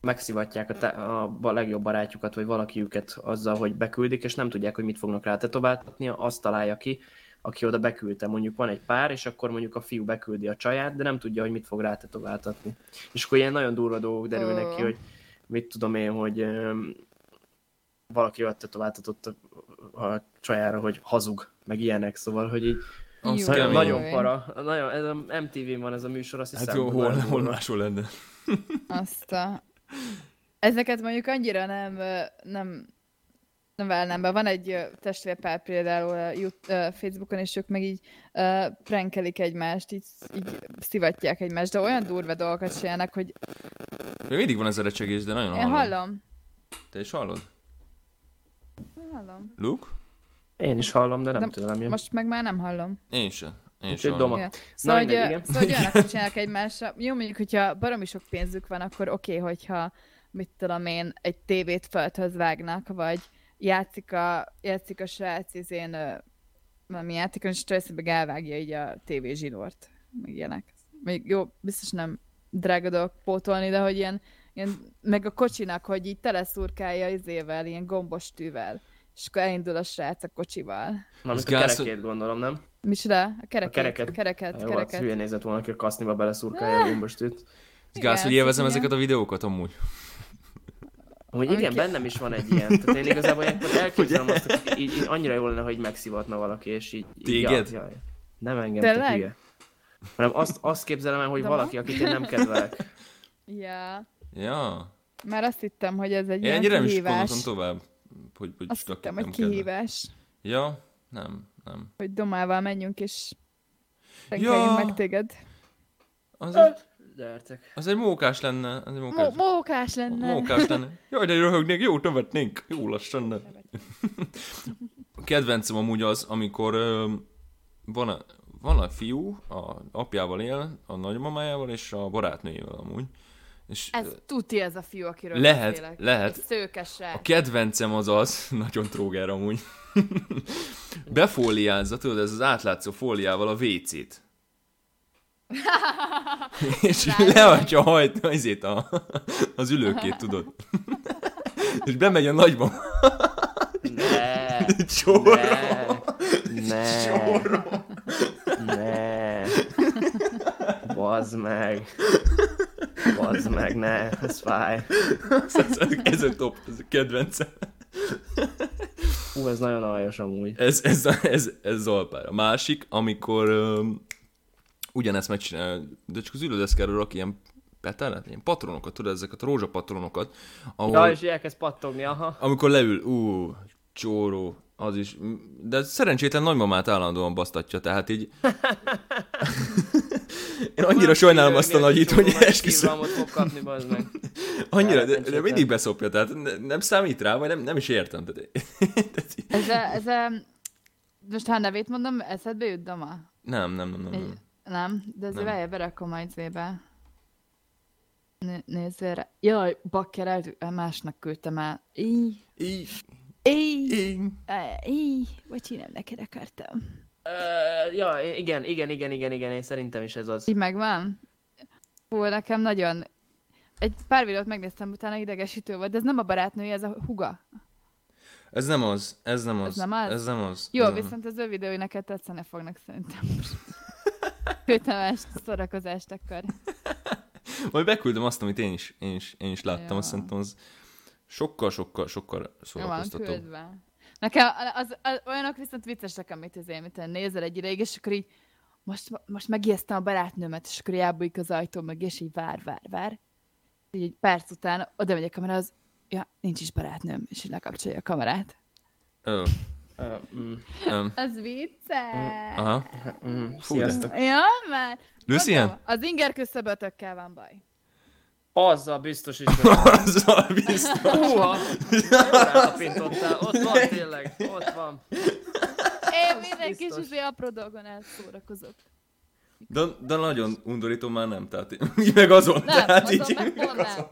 D: megszivatják a, te- a ba- legjobb barátjukat, vagy valakiüket azzal, hogy beküldik, és nem tudják, hogy mit fognak rá tetováltatni, azt találja ki, aki oda beküldte. Mondjuk van egy pár, és akkor mondjuk a fiú beküldi a csaját, de nem tudja, hogy mit fog rá tetováltatni. És akkor ilyen nagyon durva dolgok derülnek
C: Ó.
D: ki, hogy mit tudom én, hogy ö, valaki olyat tetováltatott a, a csajára, hogy hazug. meg ilyenek, szóval, hogy így
E: Az
C: Jó,
D: nagyon,
E: kemény.
D: nagyon para. Nagyon, ez a MTV-n van ez a műsor, azt hiszem.
E: Hát jó,
D: hogy
E: hol,
D: nagyon
E: hol
D: durva.
E: máshol lenne.
C: Azt a... Ezeket mondjuk annyira nem, ö, nem, nem válnám be. Van egy ö, testvérpár például a Yout- ö, Facebookon, és ők meg így ö, prankelik egymást, így, így szivatják egymást, de olyan durva dolgokat csinálnak, hogy
E: Még mindig van ez a recsegés, de nagyon
C: én
E: hallom.
C: hallom.
E: Te is hallod?
C: Hallom.
E: Luke?
D: Én is hallom, de nem
C: De
D: tudom, nem jön.
C: Most meg már nem hallom.
E: Én sem. Én
D: Úgyhogy
E: sem hallom.
D: doma.
C: Ja. Szóval, hogy,
D: mindegy,
C: ö,
D: igen.
C: szóval, hogy olyanokat csinálnak egymásra. Jó, mondjuk, hogyha baromi sok pénzük van, akkor oké, okay, hogyha, mit tudom én, egy tévét földhöz vágnak, vagy játszik a, játszik a srác izén ö, valami játékon, és tőleszébe elvágja így a tévé zsinort, meg ilyenek. Még jó, biztos nem drága dolog pótolni, de hogy ilyen, ilyen meg a kocsinak, hogy így teleszurkálja izével, ilyen gombos tűvel, és akkor elindul a srác a kocsival.
D: Valamint a
E: Az gáz-
D: kerekét gondolom, nem?
C: Micsoda? A kereket.
D: kereket.
C: A kereket,
D: Jó, hát
C: kereket. Ah!
D: hülye nézett volna, aki a kaszniba beleszurkálja a gombos tűt.
E: Gáz, hogy
C: Igen,
E: élvezem
C: igen.
E: ezeket a videókat amúgy.
D: Hogy
C: Ami
D: igen,
C: ki-
D: bennem is van egy ilyen. Tehát én igazából ilyenkor elképzelem azt, hogy így, így annyira jó lenne, hogy megszivatna valaki, és így... így
E: Téged?
D: Ja, ja. Nem engem, te
C: Tényleg?
D: hülye. Hanem azt, azt képzelem el, hogy
C: De
D: valaki, akit én nem kedvelek.
C: Ja.
E: Ja.
C: Már azt hittem, hogy ez egy
E: Én
C: ilyen
E: ennyire nem is
C: kihívás.
E: gondoltam tovább. Hogy, hogy
C: azt
E: csak
C: hittem,
E: nem
C: hogy
E: kell.
C: kihívás,
E: Ja, nem, nem.
C: hogy domával menjünk és tenkeljünk
E: Ja.
C: meg téged.
E: Az egy,
D: De értek.
E: az egy mókás lenne. Az egy mókás.
C: Mó- mókás lenne.
E: Mókás lenne. Jaj, de röhögnék, jó, tövetnénk. Jó lassan. ne. Kedvencem amúgy az, amikor ö, van, a, van a fiú, a apjával él, a nagymamájával és a barátnőjével amúgy. És ö,
C: Ez tuti ez a fiú, akiről
E: Lehet,
C: beszélek.
E: lehet.
C: Egy szőkes
E: a
C: srác.
E: kedvencem az az, nagyon tróger amúgy, befóliázza, tudod, ez az átlátszó fóliával a WC-t. és leadja hajt, azért a, az ülőkét, tudod. és bemegy a nagymama
D: Ne,
E: Csor.
D: ne, ne. Bazd meg. Bazd meg, ne, ez fáj.
E: Ez a top, ez a kedvencem.
D: Hú, ez nagyon aljas amúgy.
E: Ez, ez, ez, ez Zalpár. A másik, amikor um, ugyanezt megcsinálja, de csak az ülődeszkáról rak ilyen petelet, ilyen patronokat, tudod, ezeket a rózsapatronokat, ahol,
D: Ja, és így elkezd pattogni, aha.
E: amikor leül, ú, csóró, az is, de szerencsétlen nagymamát állandóan basztatja, tehát így... Én annyira sajnálom azt a nagyit, hogy esküszöm.
D: Kívülmot fog kapni, bazd meg.
E: Annyira, de, de
D: Elrencsétlen.
E: mindig beszopja, tehát ne, nem számít rá, vagy nem, nem is értem. Tehát, tehát, így-
C: Ez a, ez a, most ha a nevét mondom, eszedbe jut doma?
E: nem, nem, nem, nem.
C: Egy,
E: nem.
C: nem, de azért
E: Nem.
C: várjál, berakom majd zébe. Né- nézzél rá. Jaj, bakker, el, másnak küldtem el. Így.
E: Így,
C: Így.
E: így.
C: Így, vagy én nem neked akartam.
D: Ö, Ja, igen, igen, igen, igen, igen, én szerintem is ez az.
C: Így megvan? Hú, nekem nagyon... Egy pár videót megnéztem utána, idegesítő volt, de ez nem a barátnője, ez a huga.
E: Ez nem az, ez nem az.
C: nem az?
E: Ez nem az.
C: Jó,
E: ez nem.
C: viszont az ő videói neked tetszene fognak szerintem. Küldtem el szórakozást akkor.
E: Majd beküldöm azt, amit én is, én is, én is láttam,
C: Jó.
E: azt szerintem az sokkal, sokkal, sokkal
C: Jó van,
E: szórakoztató.
C: küldve. Nekem az, az, olyanok viszont viccesek, amit az mit tudom, nézel egy ideig, és akkor így most, most megijesztem a barátnőmet, és akkor így elbújik az ajtó meg, és így vár, vár, vár. Így egy perc után oda megy a kamera, az, ja, nincs is barátnőm, és így lekapcsolja a kamerát.
E: Ö,
D: Ö, mm,
E: ö,
C: Az vicces!
E: aha.
D: mm,
E: Fú, de-
D: Sziasztok.
C: Ja, már.
E: Lucien?
C: Az inger küszöbötökkel van baj.
D: Azzal biztos is, hogy
E: Azzal Szóval biztos.
D: Húha! Rápintottál, ott van tényleg, ott van.
C: Én minden kis
D: biztos.
C: izé apró dolgon elszórakozok.
E: De, de nagyon undorító már nem, tehát így meg azon.
C: Nem,
E: tehát
C: azon
E: hát így,
C: meg hol nem.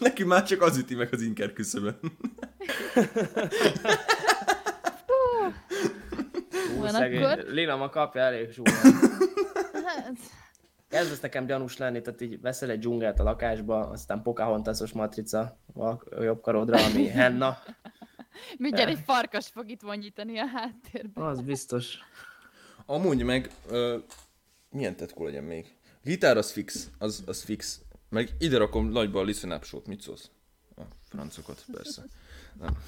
E: neki már csak az üti meg az inker küszöbön.
D: Hú,
C: Van
D: szegény.
C: akkor?
D: Lila ma kapja elég zsúra.
C: Hát,
D: Ez lesz nekem gyanús lenni, tehát így veszel egy dzsungelt a lakásba, aztán Pocahontasos matrica a jobb karodra, ami henna.
C: Mindjárt egy farkas fog itt vonyítani a háttérben.
D: Az biztos.
E: Amúgy meg, ö, milyen tetkó legyen még? A gitár az fix, az, az fix. Meg ide rakom nagyba a Listen Up Show-t, mit szólsz? a francokat, persze. Nem,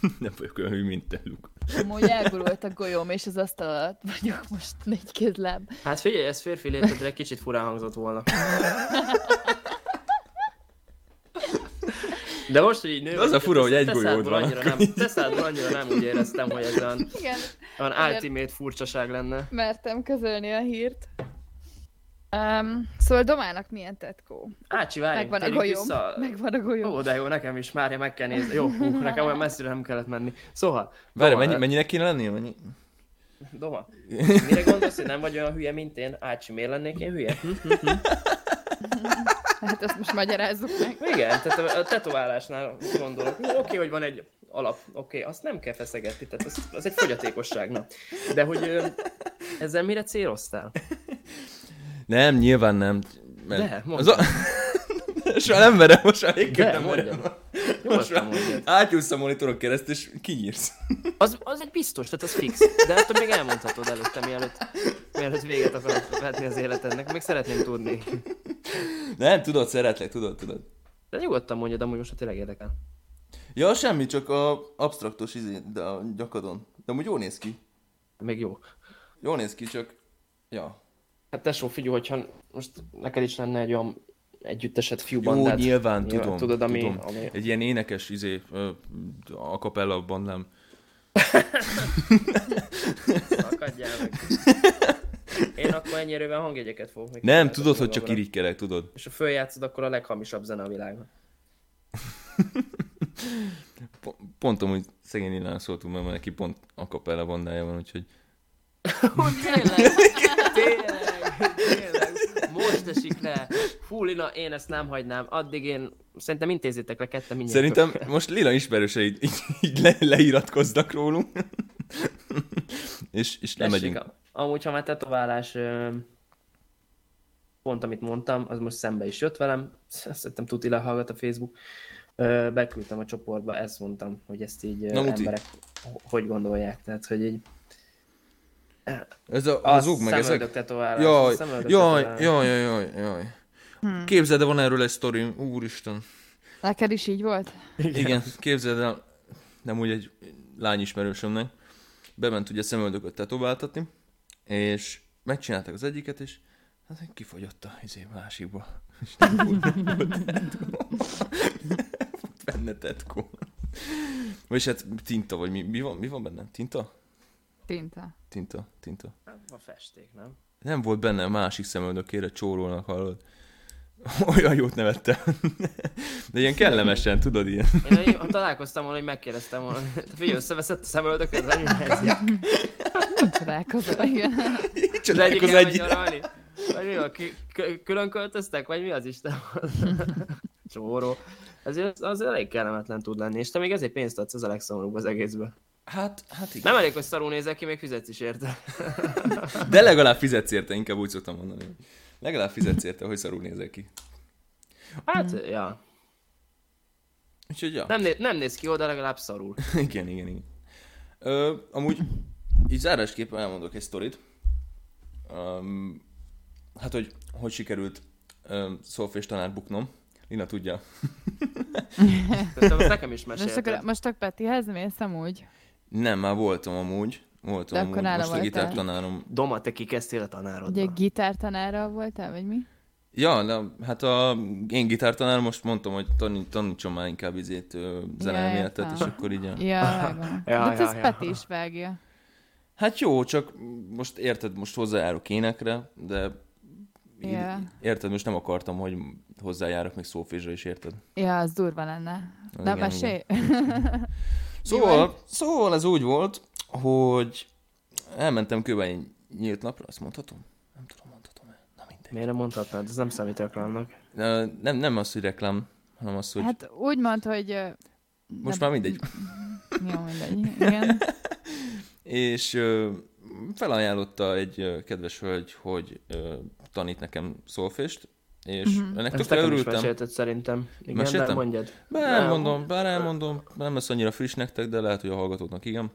E: nem vagyok olyan hű, mint te, Luke.
C: Amúgy elgurult a golyóm, és az asztal alatt vagyok most négy kézláb.
D: Hát figyelj, ez férfi létedre kicsit furán hangzott volna. De most, hogy így nő
E: De az a
D: vagyok,
E: fura,
D: te-
E: hogy egy
D: te
E: golyód
D: szádból
E: van,
D: Annyira
E: akkor
D: nem, te szádból annyira nem úgy éreztem, hogy ez olyan,
C: Igen,
D: olyan ultimate furcsaság lenne.
C: mertem közölni a hírt. Um, szóval Domának milyen tetkó?
D: Ácsi, várj,
C: Megvan a
D: térjünk
C: golyóm.
D: vissza.
C: Megvan a golyóm.
D: Ó, de jó, nekem is, már meg kell nézni. Jó, hú, nekem olyan messzire nem kellett menni. Szóval,
E: Várj,
D: Doma,
E: mennyi, mennyinek kéne lennie? Mennyi?
D: Doma, mire gondolsz, hogy nem vagy olyan hülye, mint én? Ácsi, miért lennék én hülye? Hm?
C: Hát ezt most magyarázzuk meg.
D: Igen, tehát a- a tetoválásnál gondolok. Jó, Oké, hogy van egy alap, oké, azt nem kell feszegetni, tehát az, az egy fogyatékosság, na. De hogy ö, ezzel mire céloztál?
E: Nem, nyilván nem.
D: De, mondd.
E: az a... Soha nem verem, most már végképp
D: De,
E: nem verem.
D: mondjad.
E: Most
D: Nyugodtan
E: már
D: mondjad.
E: átjussz a monitoron kereszt, és kinyírsz.
D: Az, az egy biztos, tehát az fix. De hát még elmondhatod előtte, mielőtt, mielőtt véget akarod vetni az életednek. Még szeretném tudni.
E: Nem, tudod, szeretlek, tudod, tudod.
D: De nyugodtan mondjad, amúgy most ha tényleg érdekel.
E: Ja, semmi, csak a abstraktos izé, de a gyakadon. De amúgy jól néz ki.
D: Még jó.
E: Jól néz ki, csak... Ja.
D: Hát tesó, figyelj, hogyha most neked is lenne egy olyan együtteset
E: Jó,
D: fiúban. hát
E: nyilván, nyilván, tudom.
D: Tudod, ami,
E: tudom.
D: ami
E: Egy ilyen énekes izé, ö, a kapella bandám.
D: Akadjál meg. Én akkor ennyi erőben hangjegyeket fogok még
E: Nem,
D: kitalálni
E: tudod, hogy csak
D: magamra.
E: irigykelek, tudod.
D: És ha följátszod, akkor a leghamisabb zene a világon.
E: Po- Pont amúgy szegény Ilán szóltunk, mert neki pont a kapella bandája van, úgyhogy...
D: Tényleg, tényleg. Most esik le. Fú, Lina, én ezt nem hagynám. Addig én, szerintem intézzétek le ketten mindjárt.
E: Szerintem most Lila ismerősei így, így, így le, leiratkoznak rólunk. és, és nem
D: Tessék,
E: megyünk.
D: a- Amúgy, ha már tetoválás, ö, pont amit mondtam, az most szembe is jött velem, szerintem tuti lehallgat a Facebook, Ö, beküldtem a csoportba, ezt mondtam, hogy ezt így ö,
E: Na, Muti.
D: emberek ho- hogy gondolják, tehát hogy így
E: Ez a,
D: a
E: az zúg meg ezek?
D: szemöldök tetoválás, a
E: Jaj,
D: szemöldök
E: jaj,
D: tetoválás.
E: jaj, jaj, jaj, jaj. Hmm. Képzeld, el, van erről egy sztorim, úristen.
C: Neked is így volt?
E: Igen. Igen, képzeld el, nem úgy egy lány ismerősömnek. Bement ugye szemöldököt tetováltatni, és megcsinálták az egyiket, és hát kifogyott a izé másikba. És nem volt, nem volt tetkó. Nem volt benne tetkó. Vagyis hát tinta, vagy mi, mi, van, mi van benne? Tinta?
C: Tinta.
E: Tinta, tinta.
D: A festék, nem?
E: Nem volt benne a másik szemöldökére, csórólnak hallod. Olyan jót nevettem. De ilyen kellemesen, tudod, ilyen.
D: Én ha találkoztam volna, hogy megkérdeztem volna, te figyelj, összeveszett a szemöldököt, az anyuhányzja.
C: Rákozol, igen.
E: Csodáljuk az egyik.
D: Nyaralni? Vagy mi van, kü- kö- külön költöztek, vagy mi az Isten? Csóró. Ezért az, az elég kellemetlen tud lenni, és te még ezért pénzt adsz, az a legszomorúbb az egészből.
E: Hát, hát igen.
D: Nem elég, hogy szarul nézek ki, még fizetsz is érte.
E: De legalább fizetsz érte, inkább úgy szoktam mondani. hogy Legalább fizetsz érte, hogy szarul nézek ki.
D: Hát, ja.
E: Úgyhogy ja.
D: Nem, né- nem néz ki oda, legalább szarul.
E: Igen, igen, igen. Ö, amúgy így zárásképpen elmondok egy sztorit. Um, hát, hogy hogy sikerült um, szolfés tanár buknom. Lina tudja.
D: Szerintem azt nekem is
C: Most, akkor,
D: mesélted.
C: most csak Petihez mész amúgy?
E: Nem, már voltam amúgy.
C: De
E: Voltam
C: akkor
E: amúgy.
C: nála
E: Most a
C: voltál.
E: gitártanárom
D: Doma, te kikezdtél a
C: Ugye
D: tanárodba.
C: gitártanárral voltál, vagy mi?
E: Ja, de hát a én gitártanár most mondtam, hogy tanít, tanítson már inkább izét ö, zeneelméletet,
C: értem.
E: és akkor így. ja.
C: Ja, megvan.
D: Ja,
C: De hát
D: ja,
C: ez
D: ja.
C: Peti is vágja.
E: Hát jó, csak most érted, most hozzájárok énekre, de így-
C: Ja.
E: érted, most nem akartam, hogy hozzájárok még szófésre is, érted?
C: Ja, az durva lenne.
E: igen.
C: Na, mesélj.
E: Szóval,
C: hát-
E: szóval ez úgy volt, hogy elmentem kb. egy nyílt napra, azt mondhatom? Nem tudom, mondhatom-e? Na mindegy.
D: Miért nem mondhatnád? Ez nem számít reklámnak.
E: Ö, Nem, nem az, hogy reklám, hanem az, hogy
C: Hát úgy mond, hogy... ö,
E: most
C: nem-
E: már mindegy.
C: Jó, mindegy. Igen.
E: és ö, felajánlotta egy ö, kedves hölgy, hogy ö, tanít nekem szolfést, és mm-hmm. ennek
D: Ezt
E: tökre
D: nekem is
E: örültem.
D: mesélted szerintem. Igen,
E: Meséltem?
D: de mondjad.
E: Bár elmondom, bár elmondom, nem lesz annyira friss nektek, de lehet, hogy a hallgatóknak igen.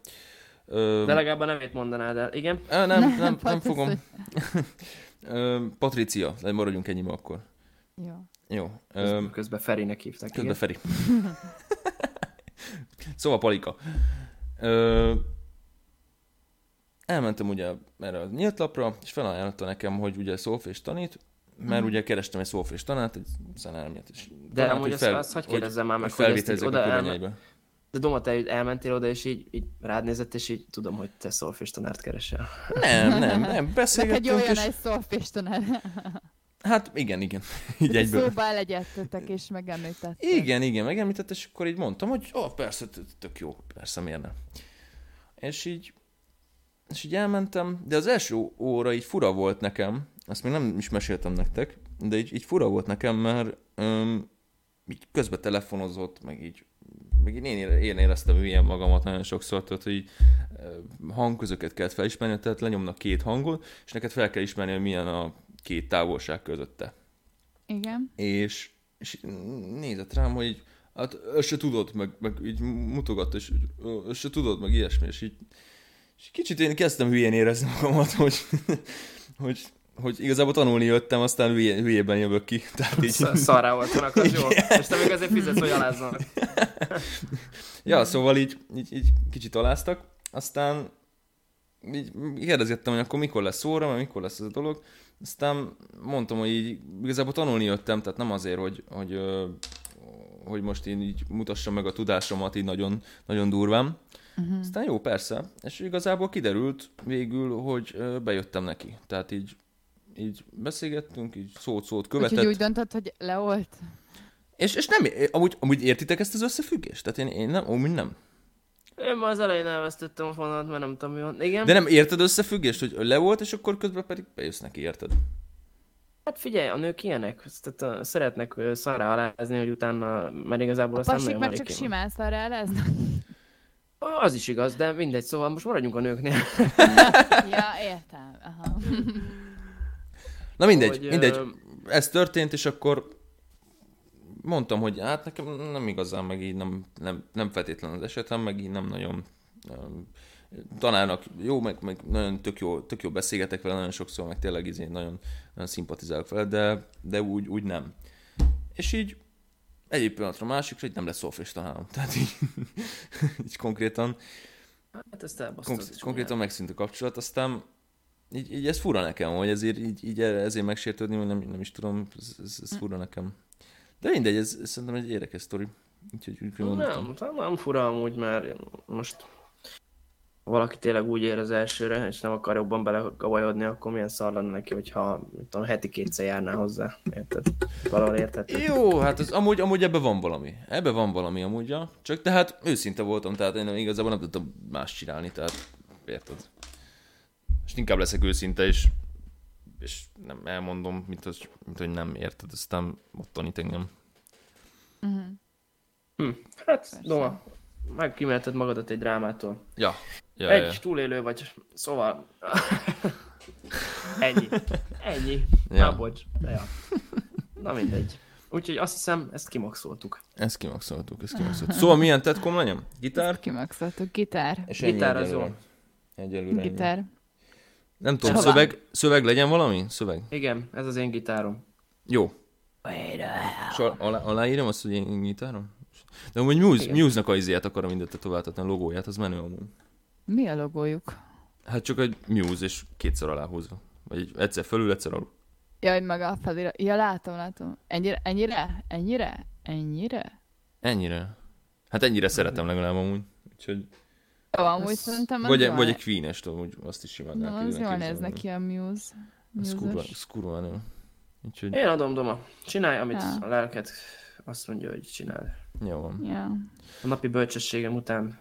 E: Ö,
D: De legalább a nevét mondanád el. Igen?
E: á, nem, nem, nem fogom. Ö, Patricia, maradjunk ennyibe akkor.
C: Jó.
E: Jó. Öm,
D: Közben Ferinek hívták.
E: Közben
D: igen.
E: Feri. szóval Palika. Ö, elmentem ugye erre a nyílt lapra, és felajánlotta nekem, hogy ugye szolfés tanít, mert ugye kerestem egy szolfés tanát, egy szenár miatt is.
D: Mhm. De amúgy azt- azt hadd kérdezzem már meg,
E: hogy
D: hogy ezt így
E: felvételezzek
D: oda
E: a
D: elme-
E: körülményeibe.
D: De Doma, te így elmentél oda, és így, így rád nézett, és így tudom, hogy te szolfés tanárt keresel.
E: Nem, nem, nem,
C: Neked
E: beszélgettünk,
C: jöjjön
E: és...
C: egy szolfés tanár.
E: Hát igen, igen, így
C: Egyből.
E: egyből.
C: Szóba elegyedtetek és megemlítettek.
E: Igen, igen, megemlített, és akkor így mondtam, hogy ó, persze, t- tök jó, persze, miért nem. És így, és így elmentem, de az első óra így fura volt nekem, azt még nem is meséltem nektek, de így, így fura volt nekem, mert öm, így közbe telefonozott, meg így, meg így én, ére- én éreztem ilyen magamat nagyon sokszor, tehát hogy így ö, hangközöket kellett felismerni, tehát lenyomnak két hangot, és neked fel kell ismerni, hogy milyen a két távolság közötte
C: Igen.
E: és, és nézett rám, hogy így, hát ő se tudod, meg, meg így mutogat, és így, ő se tudod, meg ilyesmi, és így és kicsit én kezdtem hülyén érezni magamat, hogy, hogy, hogy igazából tanulni jöttem, aztán hülye, hülyében jövök ki. Tehát így,
D: Sz- Szarrá voltanak, az jó? És te még azért fizetsz, hogy alázzanak.
E: ja, szóval így, így, így kicsit aláztak, aztán így kérdezgettem, hogy akkor mikor lesz óra, mert mikor lesz ez a dolog, aztán mondtam, hogy így igazából tanulni jöttem, tehát nem azért, hogy, hogy, ö, hogy most én így mutassam meg a tudásomat így nagyon, nagyon durván.
C: Mhm.
E: Uh-huh. Aztán jó, persze. És igazából kiderült végül, hogy ö, bejöttem neki. Tehát így, így beszélgettünk, így szót-szót követett.
C: Úgyhogy úgy döntött, hogy leolt.
E: És, és nem, amúgy, amúgy értitek ezt az összefüggést? Tehát én, én nem, amúgy nem.
D: Én már az elején elvesztettem a fonalat, mert nem tudom, mi van. Igen?
E: De nem érted összefüggést, hogy le volt, és akkor közben pedig bejössz neki, érted?
D: Hát figyelj, a nők ilyenek, tehát, uh, szeretnek uh, szarrá alázni, hogy utána, mert igazából
C: A
D: aztán
C: pasik
D: nagyon
C: meg
D: merik
C: csak
D: ki.
C: simán szarra ez.
D: Az is igaz, de mindegy, szóval most maradjunk a nőknél.
C: Ja, értem. Aha.
E: Na mindegy, hogy,
D: Hogy,
E: mindegy.
D: ö,
E: Ez történt, és akkor mondtam, hogy hát nekem nem igazán, meg így nem, nem, nem feltétlen az esetem, meg így nem nagyon um, tanárnak jó, meg, meg nagyon tök jó, tök jó beszélgetek vele nagyon sokszor, meg tényleg így nagyon, nagyon szimpatizálok vele, de, de úgy, úgy nem. És így egyik pillanatra a másikra, hogy nem lesz szolfés tanárom. Tehát így, így konkrétan
D: Hát ezt elbasztod.
E: Konk- konkrétan megszűnt a kapcsolat, aztán így, így ez fura nekem, hogy ezért, így, így erre- ezért megsértődni, vagy nem, nem is tudom, ez, ez,
D: Hm.
E: ez fura nekem. De mindegy, ez, ez szerintem egy érdekes sztori. Úgyhogy úgy gondoltam.
D: Nem, nem, nem fura amúgy, mert most valaki tényleg úgy ér az elsőre, és nem akar jobban belegavajodni, akkor milyen szar lenne neki, hogyha mit tudom, heti kétszer járná hozzá. Érted? Valahol érted?
E: Jó, hát ez, amúgy, amúgy ebbe van valami. Ebbe van valami amúgy, ja. Csak tehát őszinte voltam, tehát én igazából nem tudtam más csinálni, tehát érted. És inkább leszek őszinte, és, és nem elmondom, mint hogy, mint hogy nem érted, aztán ott tanít engem.
D: Hát, Doma, megkímélted magadat egy drámától.
E: Ja. ja
D: Egy
E: ja.
D: túlélő vagy, szóval... Ennyi. Ennyi.
E: Ja.
D: Ja. Na, bocs. De ja. Na mindegy. Úgyhogy azt hiszem, ezt kimaxoltuk.
E: Ezt kimaxoltuk, ezt kimaxoltuk. Szóval milyen tetkom legyen? Gitár?
C: Kimaxoltuk. Gitár.
E: És
D: Gitár az
E: egyelőre. Egyelőre ennyi.
C: Gitár.
E: Nem tudom,
D: Szóval-
E: szöveg, szöveg legyen valami? Szöveg.
D: Igen, ez az én gitárom.
E: Jó. És al- alá, aláírom azt, hogy én gitárom? De amúgy Muse,
D: Igen.
E: Muse-nak a izéját akarom mindent továbbadni, a logóját, az menő amúgy.
C: Mi a logójuk?
E: Hát csak egy Muse és kétszer aláhúzva. Vagy egy- egyszer fölül, egyszer alul.
C: Jaj, meg a felirat. Ja, látom, látom. Ennyire? Ennyire? Ennyire? Ennyire?
E: Ennyire. Hát ennyire szeretem legalább amúgy. Úgyhogy,
C: Jó, amúgy szerintem az
E: vagy,
C: jól,
E: egy- vagy egy queen amúgy azt is simán
C: Na,
E: el
C: az
E: tudnám
C: jól néz
E: képzelni.
C: neki a Muse.
E: Ez kurva,
C: Muse-os.
E: ez kurva menő. Úgyhogy,
D: Én adom, Doma. Csinálj, amit
C: Ja.
D: a lelked azt mondja, hogy csináld.
E: jó van.
C: Ja.
D: A napi bölcsességem után,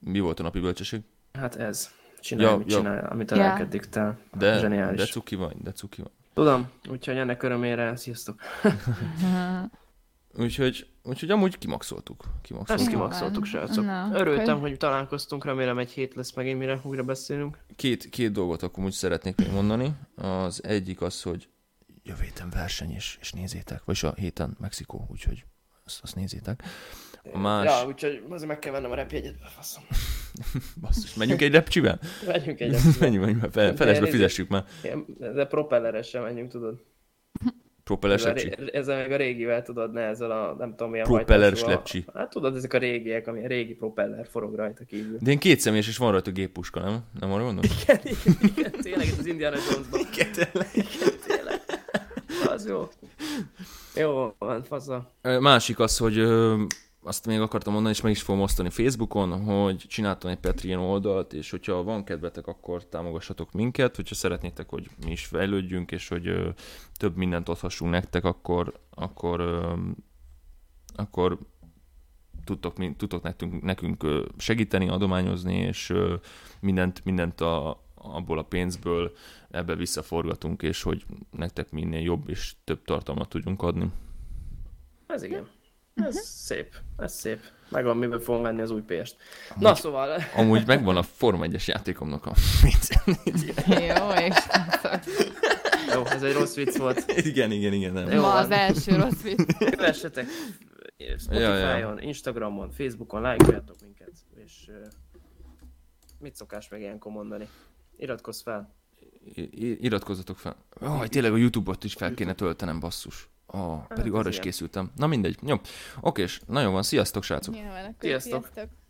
E: Mi volt a napi bölcsesség?
D: hát ez. Csinálj,
E: Ja,
D: ja, amit
E: ja.
D: ja. csinál, amit a
C: Ja.
D: lelked diktál.
E: De,
D: Zseniális.
E: de cuki vagy, de cuki vagy.
D: Tudom, úgyhogy ennek örömére, sziasztok.
E: Úgyhogy, úgyhogy amúgy kimaxoltuk. kimaxoltuk.
D: Ezt
C: Jó
D: kimaxoltuk,
C: van.
D: srácok.
C: Na,
D: Örültem,
C: akkor-
D: hogy találkoztunk, remélem egy hét lesz megint, mire újra beszélünk.
E: Két, két dolgot akkor úgy szeretnék még mondani. Az egyik az, hogy jövő héten verseny, és, és nézzétek. Vagyis a héten Mexikó, úgyhogy azt, azt nézzétek. A más...
D: Ja,
E: Ja.
D: úgyhogy azért meg kell vennem a repjegyet. Faszom.
E: Basszus, menjünk egy repcsivel?
D: Vegyünk egyet.
E: Menjünk, menjünk, fe, felesbe fizessük már.
D: Ilyen- De propelleresen menjünk, tudod.
E: Propeller
D: Ez a,
E: lepsi.
D: ré- ez a, meg a régivel tudod, ne ezzel a nem tudom milyen
E: Propelleres
D: hajtásúval.
E: lepsi.
D: Hát tudod, ezek a régiek, ami a régi propeller forog rajta kívül.
E: De én két személyes, és van rajta géppuska, nem? Nem arra gondolom?
D: Tényleg itt az Indiana Jonesban. Igen, tényleg. Az jó. Jó, van, fasza.
E: Ö, Másik az, hogy ö, azt még akartam mondani, és meg is fogom osztani Facebookon, hogy csináltam egy Patreon oldalt, és hogyha van kedvetek, akkor támogassatok minket, hogyha szeretnétek, hogy mi is fejlődjünk, és hogy ö, több mindent adhassunk nektek, akkor, akkor, ö, akkor tudtok, min- tudtok nekünk, nekünk ö, segíteni, adományozni, és ö, mindent, mindent a, abból a pénzből ebbe visszaforgatunk, és hogy nektek minél jobb és több tartalmat tudjunk adni.
D: Ez igen. Ez szép, ez szép. Megvan, miből fogom venni az új pést. Na szóval,
E: Amúgy megvan a Forma 1-es játékomnak a pénz.
C: Jó, és
D: jó, ez egy rossz vicc volt.
E: igen, igen, igen, nem.
D: Jó
C: ma
D: van.
C: az első rossz vicc.
D: Kövessetek
E: Ja,
D: Spotify-on, Instagramon, Facebookon, lájkoljatok minket, és ö, mit szokás meg ilyenkor mondani? Iratkozz fel.
E: I- i- Iratkozzatok fel. Oh, tényleg a YouTube-ot is fel kéne töltenem, basszus. Oh,
D: ez
E: pedig arra is
D: ilyen.
E: készültem. Na mindegy. Jó. Oké, és nagyon van. Sziasztok, srácok.
C: Nyilván, akkor
D: Sziasztok.
C: sziasztok.